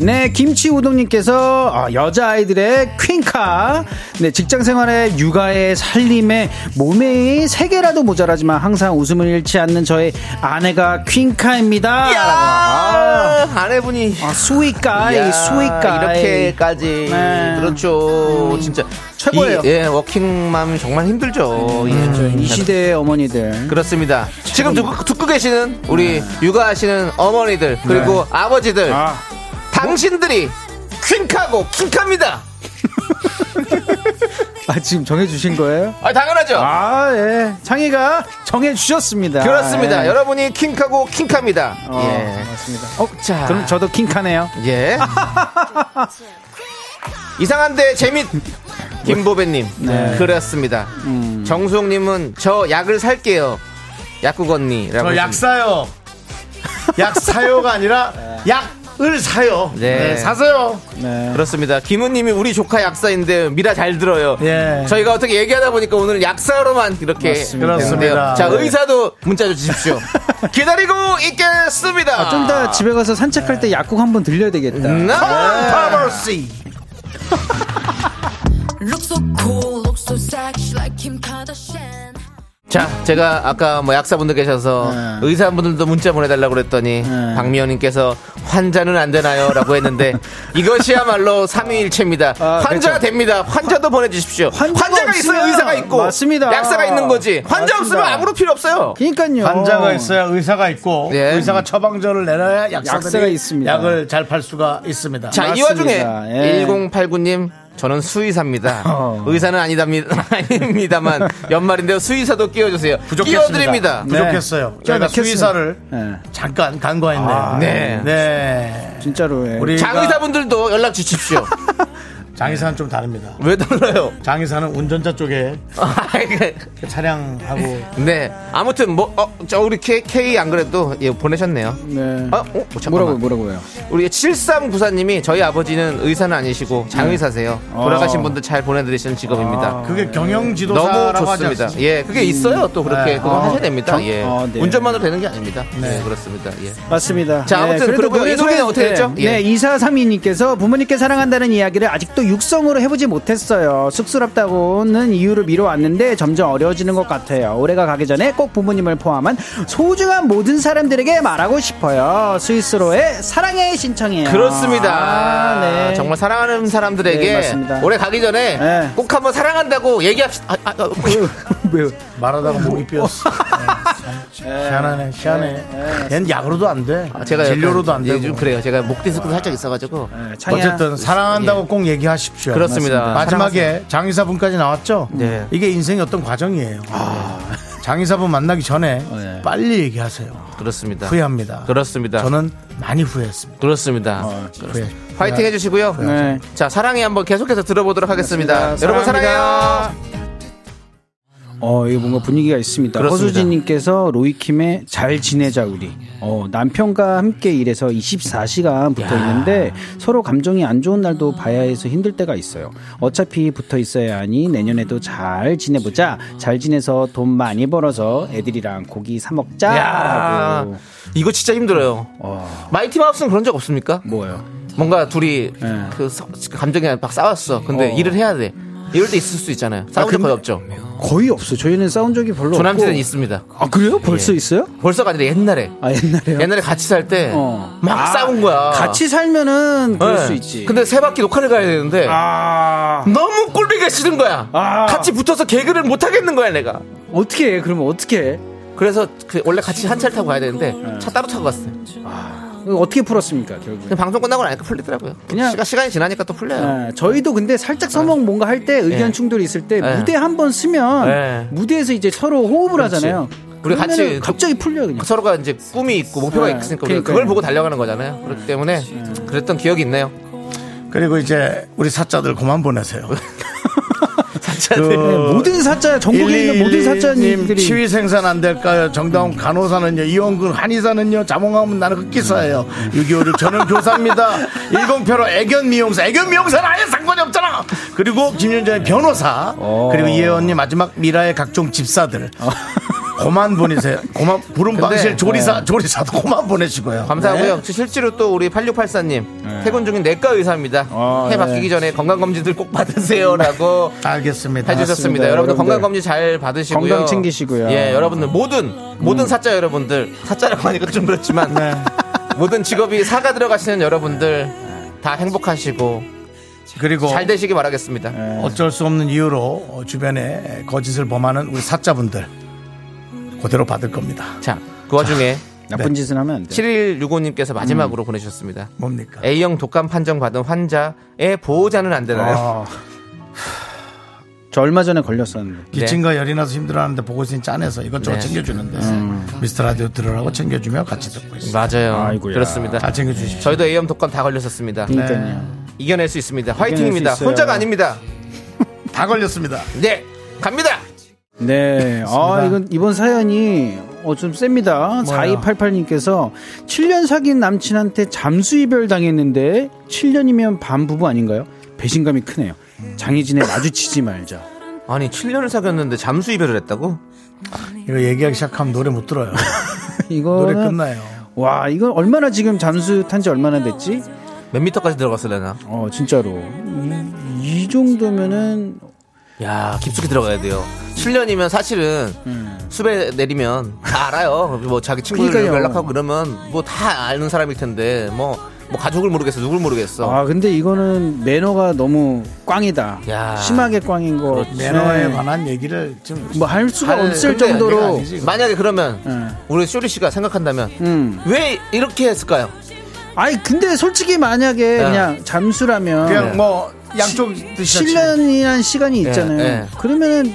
네, 김치 우동님께서 아, 여자 아이들의 퀸카, 네 직장 생활에 육아에 살림에 몸에 세 개라도 모자라지만 항상 웃음을 잃지 않는 저의 아내가 퀸카입니다. 라고. 아,
야! 아내분이
아, 스윗가이,
야,
스윗가이.
이렇게까지
네.
그렇죠 진짜
최고예요. 음.
이, 예 워킹맘 정말 힘들죠 예.
이 시대의 어머니들.
그렇습니다 지금 듣고, 듣고 계시는 우리 육아하시는 어머니들 그리고 아버지들
네. 아.
당신들이 퀸카고 퀸카입니다
아, 지금 정해주신 거예요?
아 당연하죠
아, 예. 창희가 정해주셨습니다.
그렇습니다
예.
여러분이 퀸카고 퀸카입니다
어,
예.
맞습니다. 어,
자
그럼 저도 킹카네요.
예 이상한데 재밌 김보배님 그렇습니다 정수홍님은 저 약을 살게요 약국 언니라고
저 약사요. 약사요가 아니라 약을 사요.
네.
네. 사세요.
네.
그렇습니다 김은님이 우리 조카 약사인데 미라 잘 들어요
예.
저희가 어떻게 얘기하다 보니까 오늘 약사로만 이렇게
맞습니다.
됐는데요. 자
네.
의사도 문자 주십시오 기다리고 있겠습니다
아, 좀 이따 집에 가서 산책할
네.
때 약국 한번 들려야 되겠다.
네.
음, 나
파버시.
자, 제가 아까 뭐 약사분들 계셔서
네.
의사분들도 문자 보내달라고 그랬더니 박미연님께서 환자는 안 되나요?라고 했는데 이것이야말로 삼위일체입니다.
아,
환자 가
그렇죠.
됩니다. 환자도 보내주십시오.
환자가
환자가 있어야
없으면
의사가 있고
맞습니다.
약사가 있는 거지. 환자
맞습니다.
없으면 아무로 필요 없어요.
그니까요.
환자가 있어야 의사가 있고
예.
의사가 아, 처방전을 내놔야
약사가
약사들이
있습니다.
약을 잘 팔 수가 있습니다.
자, 이 와중에
맞습니다. 예. 어.
1089님 저는 수의사입니다. 의사는 아니답니다. 아닙니다만 연말인데요. 수의사도 끼워주세요.
아, 부족했습니다.
끼워드립니다.
네.
부족했어요. 저희가
부족했어요.
수의사를
예,
잠깐 간과했네. 요
네.
네.
진짜로. 예.
우리
장의사분들도 연락 주십시오.
장의사는 좀 다릅니다.
왜 달라요?
장의사는 운전자 쪽에 차량하고
네. 아무튼 뭐 어 저 우리 K K 안 그래도 예 보내셨네요.
네.
아, 어, 잠깐만.
뭐라고 뭐라고요?
우리 7394님이 저희 아버지는 의사는 아니시고 장의사세요. 돌아가신 분들 잘 보내드리시는 직업입니다.
그게 경영지도사라고
어, 너무 좋습니다.
하지 않습니까?
예, 그게 있어요. 또 그렇게
네.
그거
어,
하셔야 됩니다.
정-
예,
어, 네.
운전만으로 되는 게 아닙니다. 네, 그렇습니다. 예.
맞습니다. 네,
자, 아무튼
그래도
그러고요. 이 소개는
노래는-
어떻게 됐죠?
네,
예.
네, 2432님께서 부모님께 사랑한다는 이야기를 아직도 육성으로 해보지 못했어요. 쑥스럽다고는 이유를 미뤄왔는데 점점 어려워지는 것 같아요. 올해가 가기 전에 꼭 부모님을 포함한 소중한 모든 사람들에게 말하고 싶어요. 스위스로의 사랑의 신청이에요.
그렇습니다.
아, 네.
정말 사랑하는
네,
사람들에게
맞습니다.
올해 가기 전에
네.
꼭 한번 사랑한다고 얘기합시다. 아, 아, 아,
왜요?
말하다가 목이 삐었어. 네. 희한하네, 희한해. 얜 약으로도 안 돼.
아, 제가 약간
진료로도 안
예,
되고.
좀 그래요. 제가 목 디스크도 살짝 있어가지고. 예.
네, 창희야.
어쨌든 사랑한다고 꼭 얘기하십시오.
그렇습니다.
마지막에 장의사분까지 나왔죠.
네. 아.
이게 인생의 어떤 과정이에요. 장의사분 만나기 전에 빨리 얘기하세요.
그렇습니다.
후회합니다.
어, 예. 네. 그렇습니다. 아,
저는 많이 후회했습니다.
어,
그렇습니다.
후회.
화이팅 해주시고요.
네.
자, 사랑해 한번 계속해서 들어보도록 하겠습니다.
맞습니다.
여러분
사랑합니다.
사랑해요.
어, 이게 뭔가 분위기가 있습니다.
그렇습니다.
허수진님께서 로이킴의 잘 지내자 우리. 어, 남편과 함께 일해서 24시간 붙어 있는데 서로 감정이 안 좋은 날도 봐야 해서 힘들 때가 있어요. 어차피 붙어 있어야 하니 내년에도 잘 지내보자. 잘 지내서 돈 많이 벌어서 애들이랑 고기 사 먹자.
야,
라고.
이거 진짜 힘들어요. 마이티 마우스는 그런 적 없습니까?
뭐예요?
뭔가 둘이
예.
그 서- 감정이 막 싸웠어. 근데
어.
일을 해야 돼. 이럴 때 있을 수 있잖아요. 싸운 적
근데-
거의 없죠.
거의 없어요. 저희는 싸운 적이 별로 없고.
조남지대는 있습니다.
아, 그래요? 벌써
예.
있어요?
벌써가 아니라 옛날에.
아, 옛날에요?
옛날에 같이 살 때 막
어. 아,
싸운 거야.
같이 살면은 그럴
예.
수 있지.
근데 세 바퀴 녹화를 가야 되는데
아,
너무 꼴보기가 싫은 거야.
아.
같이 붙어서 개그를 못 하겠는 거야 내가.
어떻게 해? 그러면 어떻게 해?
그래서 그 원래
아.
같이 한 차를 타고 가야
네.
되는데 차 따로 타고 갔어요.
이거 어떻게 풀었습니까, 결국에?
근데 방송 끝나고 나니까 풀리더라고요.
그냥-
시간, 시간이 지나니까 또 풀려요.
아, 저희도 근데 살짝 서먹 뭔가 할 때 의견
예.
충돌이 있을 때
예.
무대 한 번 쓰면
예.
무대에서 이제 서로 호흡을 하잖아요.
우리 같이
그러면은
그-
갑자기 풀려요, 그냥.
서로가 이제 꿈이 있고 목표가
네,
있으니까 우리가
그러니까요. 네.
그걸 보고 달려가는 거잖아요. 그렇기 때문에 그랬던 기억이 있네요.
그리고 이제 우리 사자들 그만 보내세요. 그
네, 모든 사자 전국에 있는 모든
님
사자님들이
치위 생산 안 될까요? 정다운 간호사는요, 이원근 한의사는요, 자몽하면 나는 흑기사예요. 6.25 저는 교사입니다. 10표로 애견 미용사, 애견 미용사는 아예 상관이 없잖아. 그리고 김윤정의 변호사,
어.
그리고 이혜원님 마지막 미라의 각종 집사들. 고만 보내세요. 고만 부른
근데,
네.
방실 조리사 조리사도 고만 보내시고요.
감사하고요. 실제로 또 우리 8684님 퇴근 중인 내과 의사입니다.
네. 아,
해
네.
바뀌기 전에 건강검진들 꼭 받으세요라고
네, 알겠습니다.
해주셨습니다.
맞습니다.
여러분들
여러분들
건강검진 잘 받으시고요.
건강 챙기시고요.
예, 여러분들 모든 모든 사자 여러분들 사자라고 하니까 좀 그렇지만
네.
모든 직업이 사가 들어가시는 여러분들 다 행복하시고
그리고
잘 되시기 바라겠습니다.
네.
어쩔 수 없는 이유로 어, 주변에 거짓을 범하는 우리 사자분들 그대로 받을 겁니다.
자, 그 와중에
나쁜 짓은 하면 안 돼.
7165님께서 마지막으로
음.
보내주셨습니다.
뭡니까?
A형 독감 판정 받은 환자의 보호자는 안
아,
되나요?
저 얼마 전에 걸렸었는데.
기침과 열이 나서 힘들어하는데 보고 있으니 짠해서 이것저것
네.
챙겨주는데 미스터 라디오 들으라고 챙겨주며 같이 듣고 있습니다.
맞아요.
아이고야.
그렇습니다.
다 챙겨주십시오.
저희도 A형 독감 다 걸렸었습니다.
그러니까요.
이겨낼 수 있습니다. 화이팅입니다.
수 있어요.
혼자가 아닙니다.
다 걸렸습니다.
네, 갑니다.
네. 아, 이건 이번 사연이 어, 좀 셉니다. 4288님께서 7년 사귄 남친한테 잠수 이별 당했는데 7년이면 반부부 아닌가요? 배신감이 크네요. 장희진의 마주치지 말자.
아니 7년을 사귀었는데 잠수 이별을 했다고?
이거 얘기하기 시작하면 노래 못 들어요.
이거
노래 끝나요.
와, 이건 얼마나 지금 잠수 탄 지 얼마나 됐지?
몇 미터까지 들어갔을래나?
어, 진짜로. 이, 이 정도면은
야 아, 깊숙이 들어가야 돼요. 7년이면 사실은 수배 내리면 다 알아요. 뭐 자기 친구들
음. 그러니까요.
연락하고 그러면 뭐 다 아는 사람일 텐데 뭐, 뭐 가족을 모르겠어, 누굴 모르겠어.
아, 근데 이거는 매너가 너무 꽝이다.
야.
심하게 꽝인 거. 네.
매너에 관한 얘기를 좀
뭐 할 수가
할-
없을
근데
정도로 음.
만약에 그러면
네.
우리 쇼리 씨가 생각한다면
음.
왜 이렇게 했을까요?
아니 근데 솔직히 만약에 그냥 잠수라면
그냥 뭐 양쪽 드시다
7년이란 시간이 있잖아요.
예.
그러면은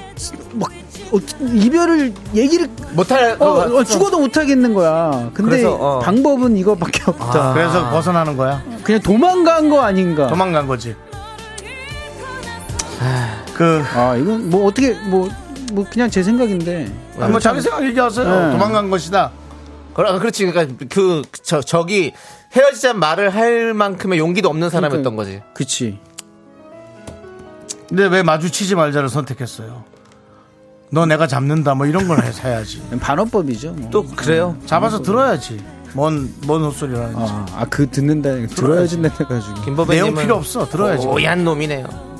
막 어, 이별을 얘기를
못할
어,
것
어,
같아서.
죽어도 못 하겠는 거야. 근데
그래서, 어. 아.
방법은 이거밖에 없다.
그래서 벗어나는 거야.
그냥 도망간 거 아닌가.
도망간 거지. 그
아 이건 뭐 어떻게 뭐. 뭐 그냥 제 생각인데
아, 뭐 자기 생각 얘기하세요.
네.
도망간 것이다.
그러- 그렇지 그러니까 그 저, 저기 헤어지자 말을 할 만큼의 용기도 없는 사람이었던 거지.
그치
근데 왜 마주치지 말자를 선택했어요? 너 내가 잡는다 뭐 이런 걸 해서 해야지.
반어법이죠 뭐.
또 그래요?
잡아서 들어야지. 뭔, 뭔 헛소리라는지.
아그 듣는다 들어야지 해가지고
김보배님은
내용 필요 없어. 들어야지.
오얀 놈이네요.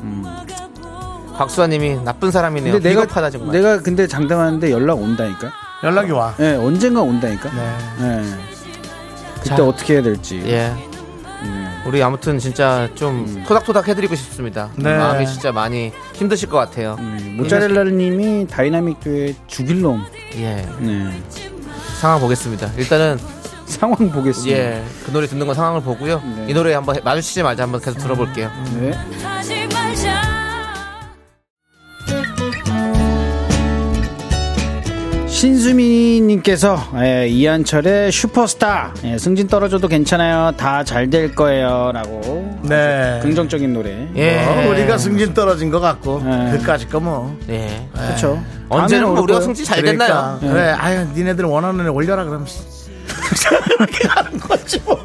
곽수아님이 나쁜 사람이네요.
근데 내가
비겁하다 정말.
내가 근데 장담하는데 연락 온다니까
연락이 와.
예, 언젠가 온다니까.
네.
예. 그때
자.
어떻게 해야 될지.
예. 우리 아무튼 진짜 좀 토닥토닥 해드리고 싶습니다.
네.
마음이 진짜 많이 힘드실 것 같아요.
음, 모짜렐라님이 다이나믹 듀의 죽일 놈.
예.
네.
상황 보겠습니다. 일단은
상황 보겠습니다.
예. 그 노래 듣는 건 상황을 보고요.
네.
이 노래 한번 해- 마주치지 말자 한번 계속 들어볼게요.
네.
하지 말자.
신수민님께서 예, 이한철의 슈퍼스타 예, 승진 떨어져도 괜찮아요. 다 잘 될 거예요라고
네.
긍정적인 노래.
음.
예.
어, 우리가 승진 떨어진 것 같고.
네.
그까짓 거 뭐.
예.
그렇죠.
언제는
다음엔
뭐 우리가
올 거예요. 네.
성취 잘
그러니까.
됐나요?
그래, 아유, 니네들 원하는 애 올려라, 그러면. 그렇게 하는 거지, 뭐.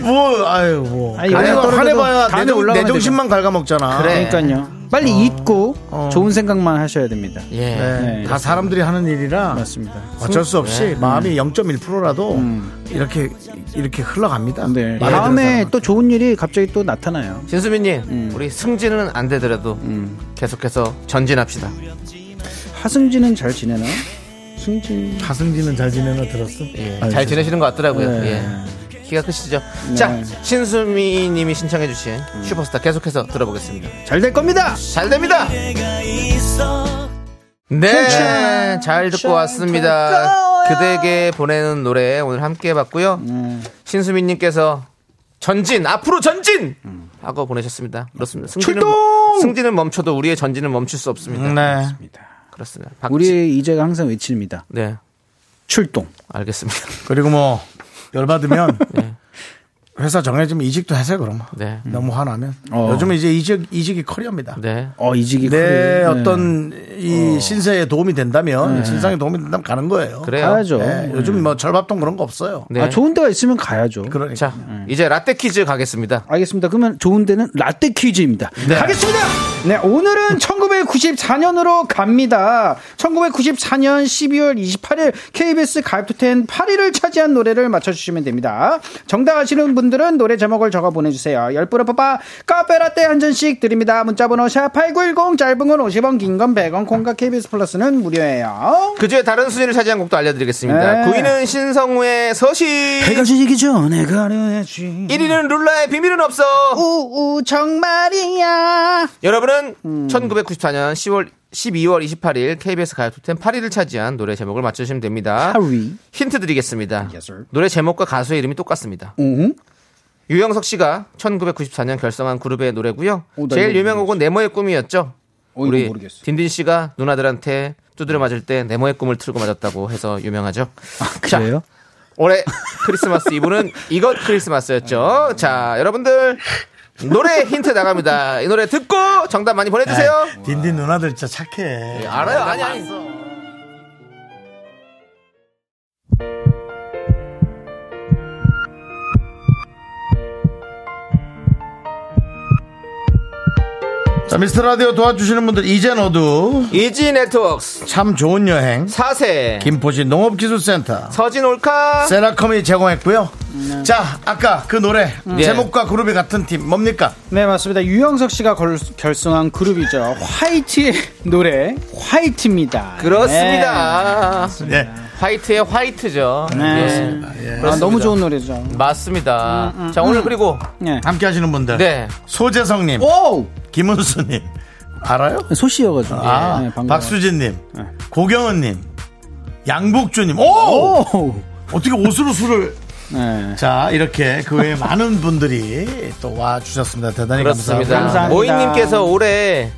뭐, 아유, 뭐.
아니,
아니, 아니
떨어져도
화내봐야
다음에
내, 정- 내
올라가면
정신만 갉아먹잖아.
그래.
그러니까요. 빨리 잊고
네. 어.
좋은 생각만 하셔야 됩니다.
예.
네,
네.
다 사람들이 하는 일이라
맞습니다. 네.
어쩔 수 없이 마음이 0.1%라도 이렇게 이렇게 흘러갑니다.
음. 네.
마음에 드는
다음에
예, 사람은.
또 좋은 일이 갑자기 또 나타나요.
진수민님, 우리 승진은 안 되더라도 계속해서 전진합시다.
하승진은 잘 지내나? 승진
하승진은 잘 지내나 들었어?
예, 잘 지내시는 것 같더라고요.
네.
예. 키가 크시죠? 자, 신수미님이 신청해주신 슈퍼스타 계속해서 들어보겠습니다.
잘 될 겁니다.
잘 됩니다. 네, 잘 듣고 왔습니다. 그대에게 보내는 노래 오늘 함께 해봤고요.
네.
신수민님께서 전진 앞으로 전진 하고 보내셨습니다. 그렇습니다. 승진은, 뭐, 승진은 멈춰도 우리의 전진은 멈출 수 없습니다.
네.
그렇습니다. 박지-
우리의 이제가 항상 외칩니다.
네,
출동.
알겠습니다.
그리고 뭐 열받으면 회사 정해지면 이직도 하세요 그럼.
네,
너무 화나면
어.
요즘 이제 이직 이직이 커리어입니다.
네.
어 이직이
내
커리-
어떤 이 신세에 도움이 된다면 신상에 도움이 된다면 가는 거예요.
네.
그래요.
가야죠.
네, 요즘 뭐 절밥통 그런 거 없어요.
네.
아 좋은 데가 있으면 가야죠.
그러니까
자, 이제 라떼 퀴즈 가겠습니다.
알겠습니다. 그러면 좋은 데는 라떼 퀴즈입니다. 가겠습니다. 네, 오늘은 1994년으로 갑니다. 1994년 12월 28일 KBS 가입투텐 8위를 차지한 노래를 맞춰주시면 됩니다. 정답 아시는 분들은 노래 제목을 적어 보내주세요. 10분을 뽑아 카페라떼 한 잔씩 드립니다. 문자번호 샵8910 짧은 건 50원 긴 건 100원 콩과 KBS 플러스는 무료예요.
그 중에 다른 순위를 차지한 곡도 알려드리겠습니다.
네.
9위는 신성우의 서시.
지기 전에 가려야지.
1위는 룰라의 비밀은 없어.
우우 정말이야.
여러분은
음.
1994년 10월 12월 28일 KBS 가요톱텐 8위를 차지한 노래 제목을 맞추시면 됩니다.
하위.
힌트 드리겠습니다.
Yes, sir.
노래 제목과 가수의 이름이 똑같습니다.
응?
유영석 씨가 1994년 결성한 그룹의 노래고요.
오, 나
제일
이거
유명한 곡은 네모의 꿈이었죠.
어, 이거
우리
모르겠어.
딘딘 씨가 누나들한테 두드려 맞을 때 네모의 꿈을 틀고 맞았다고 해서 유명하죠. 자,
아, 그래요?
올해 크리스마스 이브는 이것 크리스마스였죠.
음.
자, 여러분들 노래 힌트 나갑니다. 이 노래 듣고 정답 많이 보내주세요.
네.
네,
딘딘 누나들 진짜
네.
착해.
알아요, 아니 아니.
자 미스터 라디오 도와주시는 분들 이젠 어두
이지 네트워크스
참 좋은 여행
4세
김포시 농업기술센터
서진 올카
세라컴이 제공했고요.
네.
자 아까 그 노래
예.
제목과 그룹이 같은 팀 뭡니까?
네 맞습니다 유영석 씨가 걸- 결성한 그룹이죠 화이트의 노래 화이트입니다
그렇습니다.
예.
화이트의 화이트죠.
네.
예.
그렇습니다. 네. 아, 너무 좋은 노래죠
맞습니다.
음,
자 오늘 그리고
네.
함께 하시는 분들
네
소재성님,
오
김은수님 알아요?
소씨여가지고
아
네, 반가워요.
박수진님, 고경은님, 양복주님. 오!
오!
어떻게 옷으로 술을?
네.
자 이렇게 그 외에 많은 분들이 또 와 주셨습니다. 대단히
그렇습니다.
네, 감사합니다.
감사합니다.
모인님께서 올해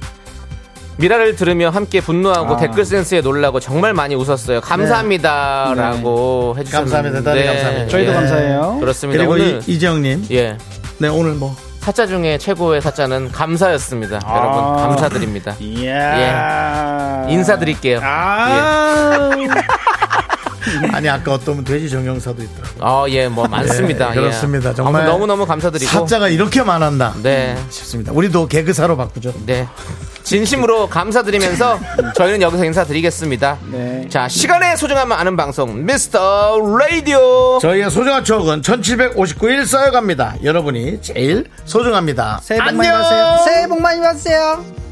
미라를 들으며 함께 분노하고
아.
댓글 센스에 놀라고 정말 많이 웃었어요. 감사합니다라고 해주셨는데
네. 감사합니다. 대단히 감사합니다.
저희도
예.
감사해요
그렇습니다.
그리고
오늘
이, 이재영님,
예
네 오늘 뭐
사자 중에 최고의 사자는 감사였습니다.
아.
여러분 감사드립니다. 예,
이야
인사드릴게요. 예.
아
아니 아까 어떤 분 돼지 정형사도 있더라고. 요
아, 예, 뭐, 많습니다.
예, 그렇습니다. 정말
너무너무 감사드리고.
사자가 이렇게 많았나
네.
싶습니다. 우리도 개그사로 바꾸죠.
네. 진심으로 감사드리면서 저희는 여기서 인사드리겠습니다.
네.
자, 시간의 소중함을 아는 방송, 미스터 라디오.
저희의 소중한 추억은 1759일 쌓여갑니다. 여러분이 제일 소중합니다.
새해 복 많이
안녕!
받으세요 새해 복 많이 받으세요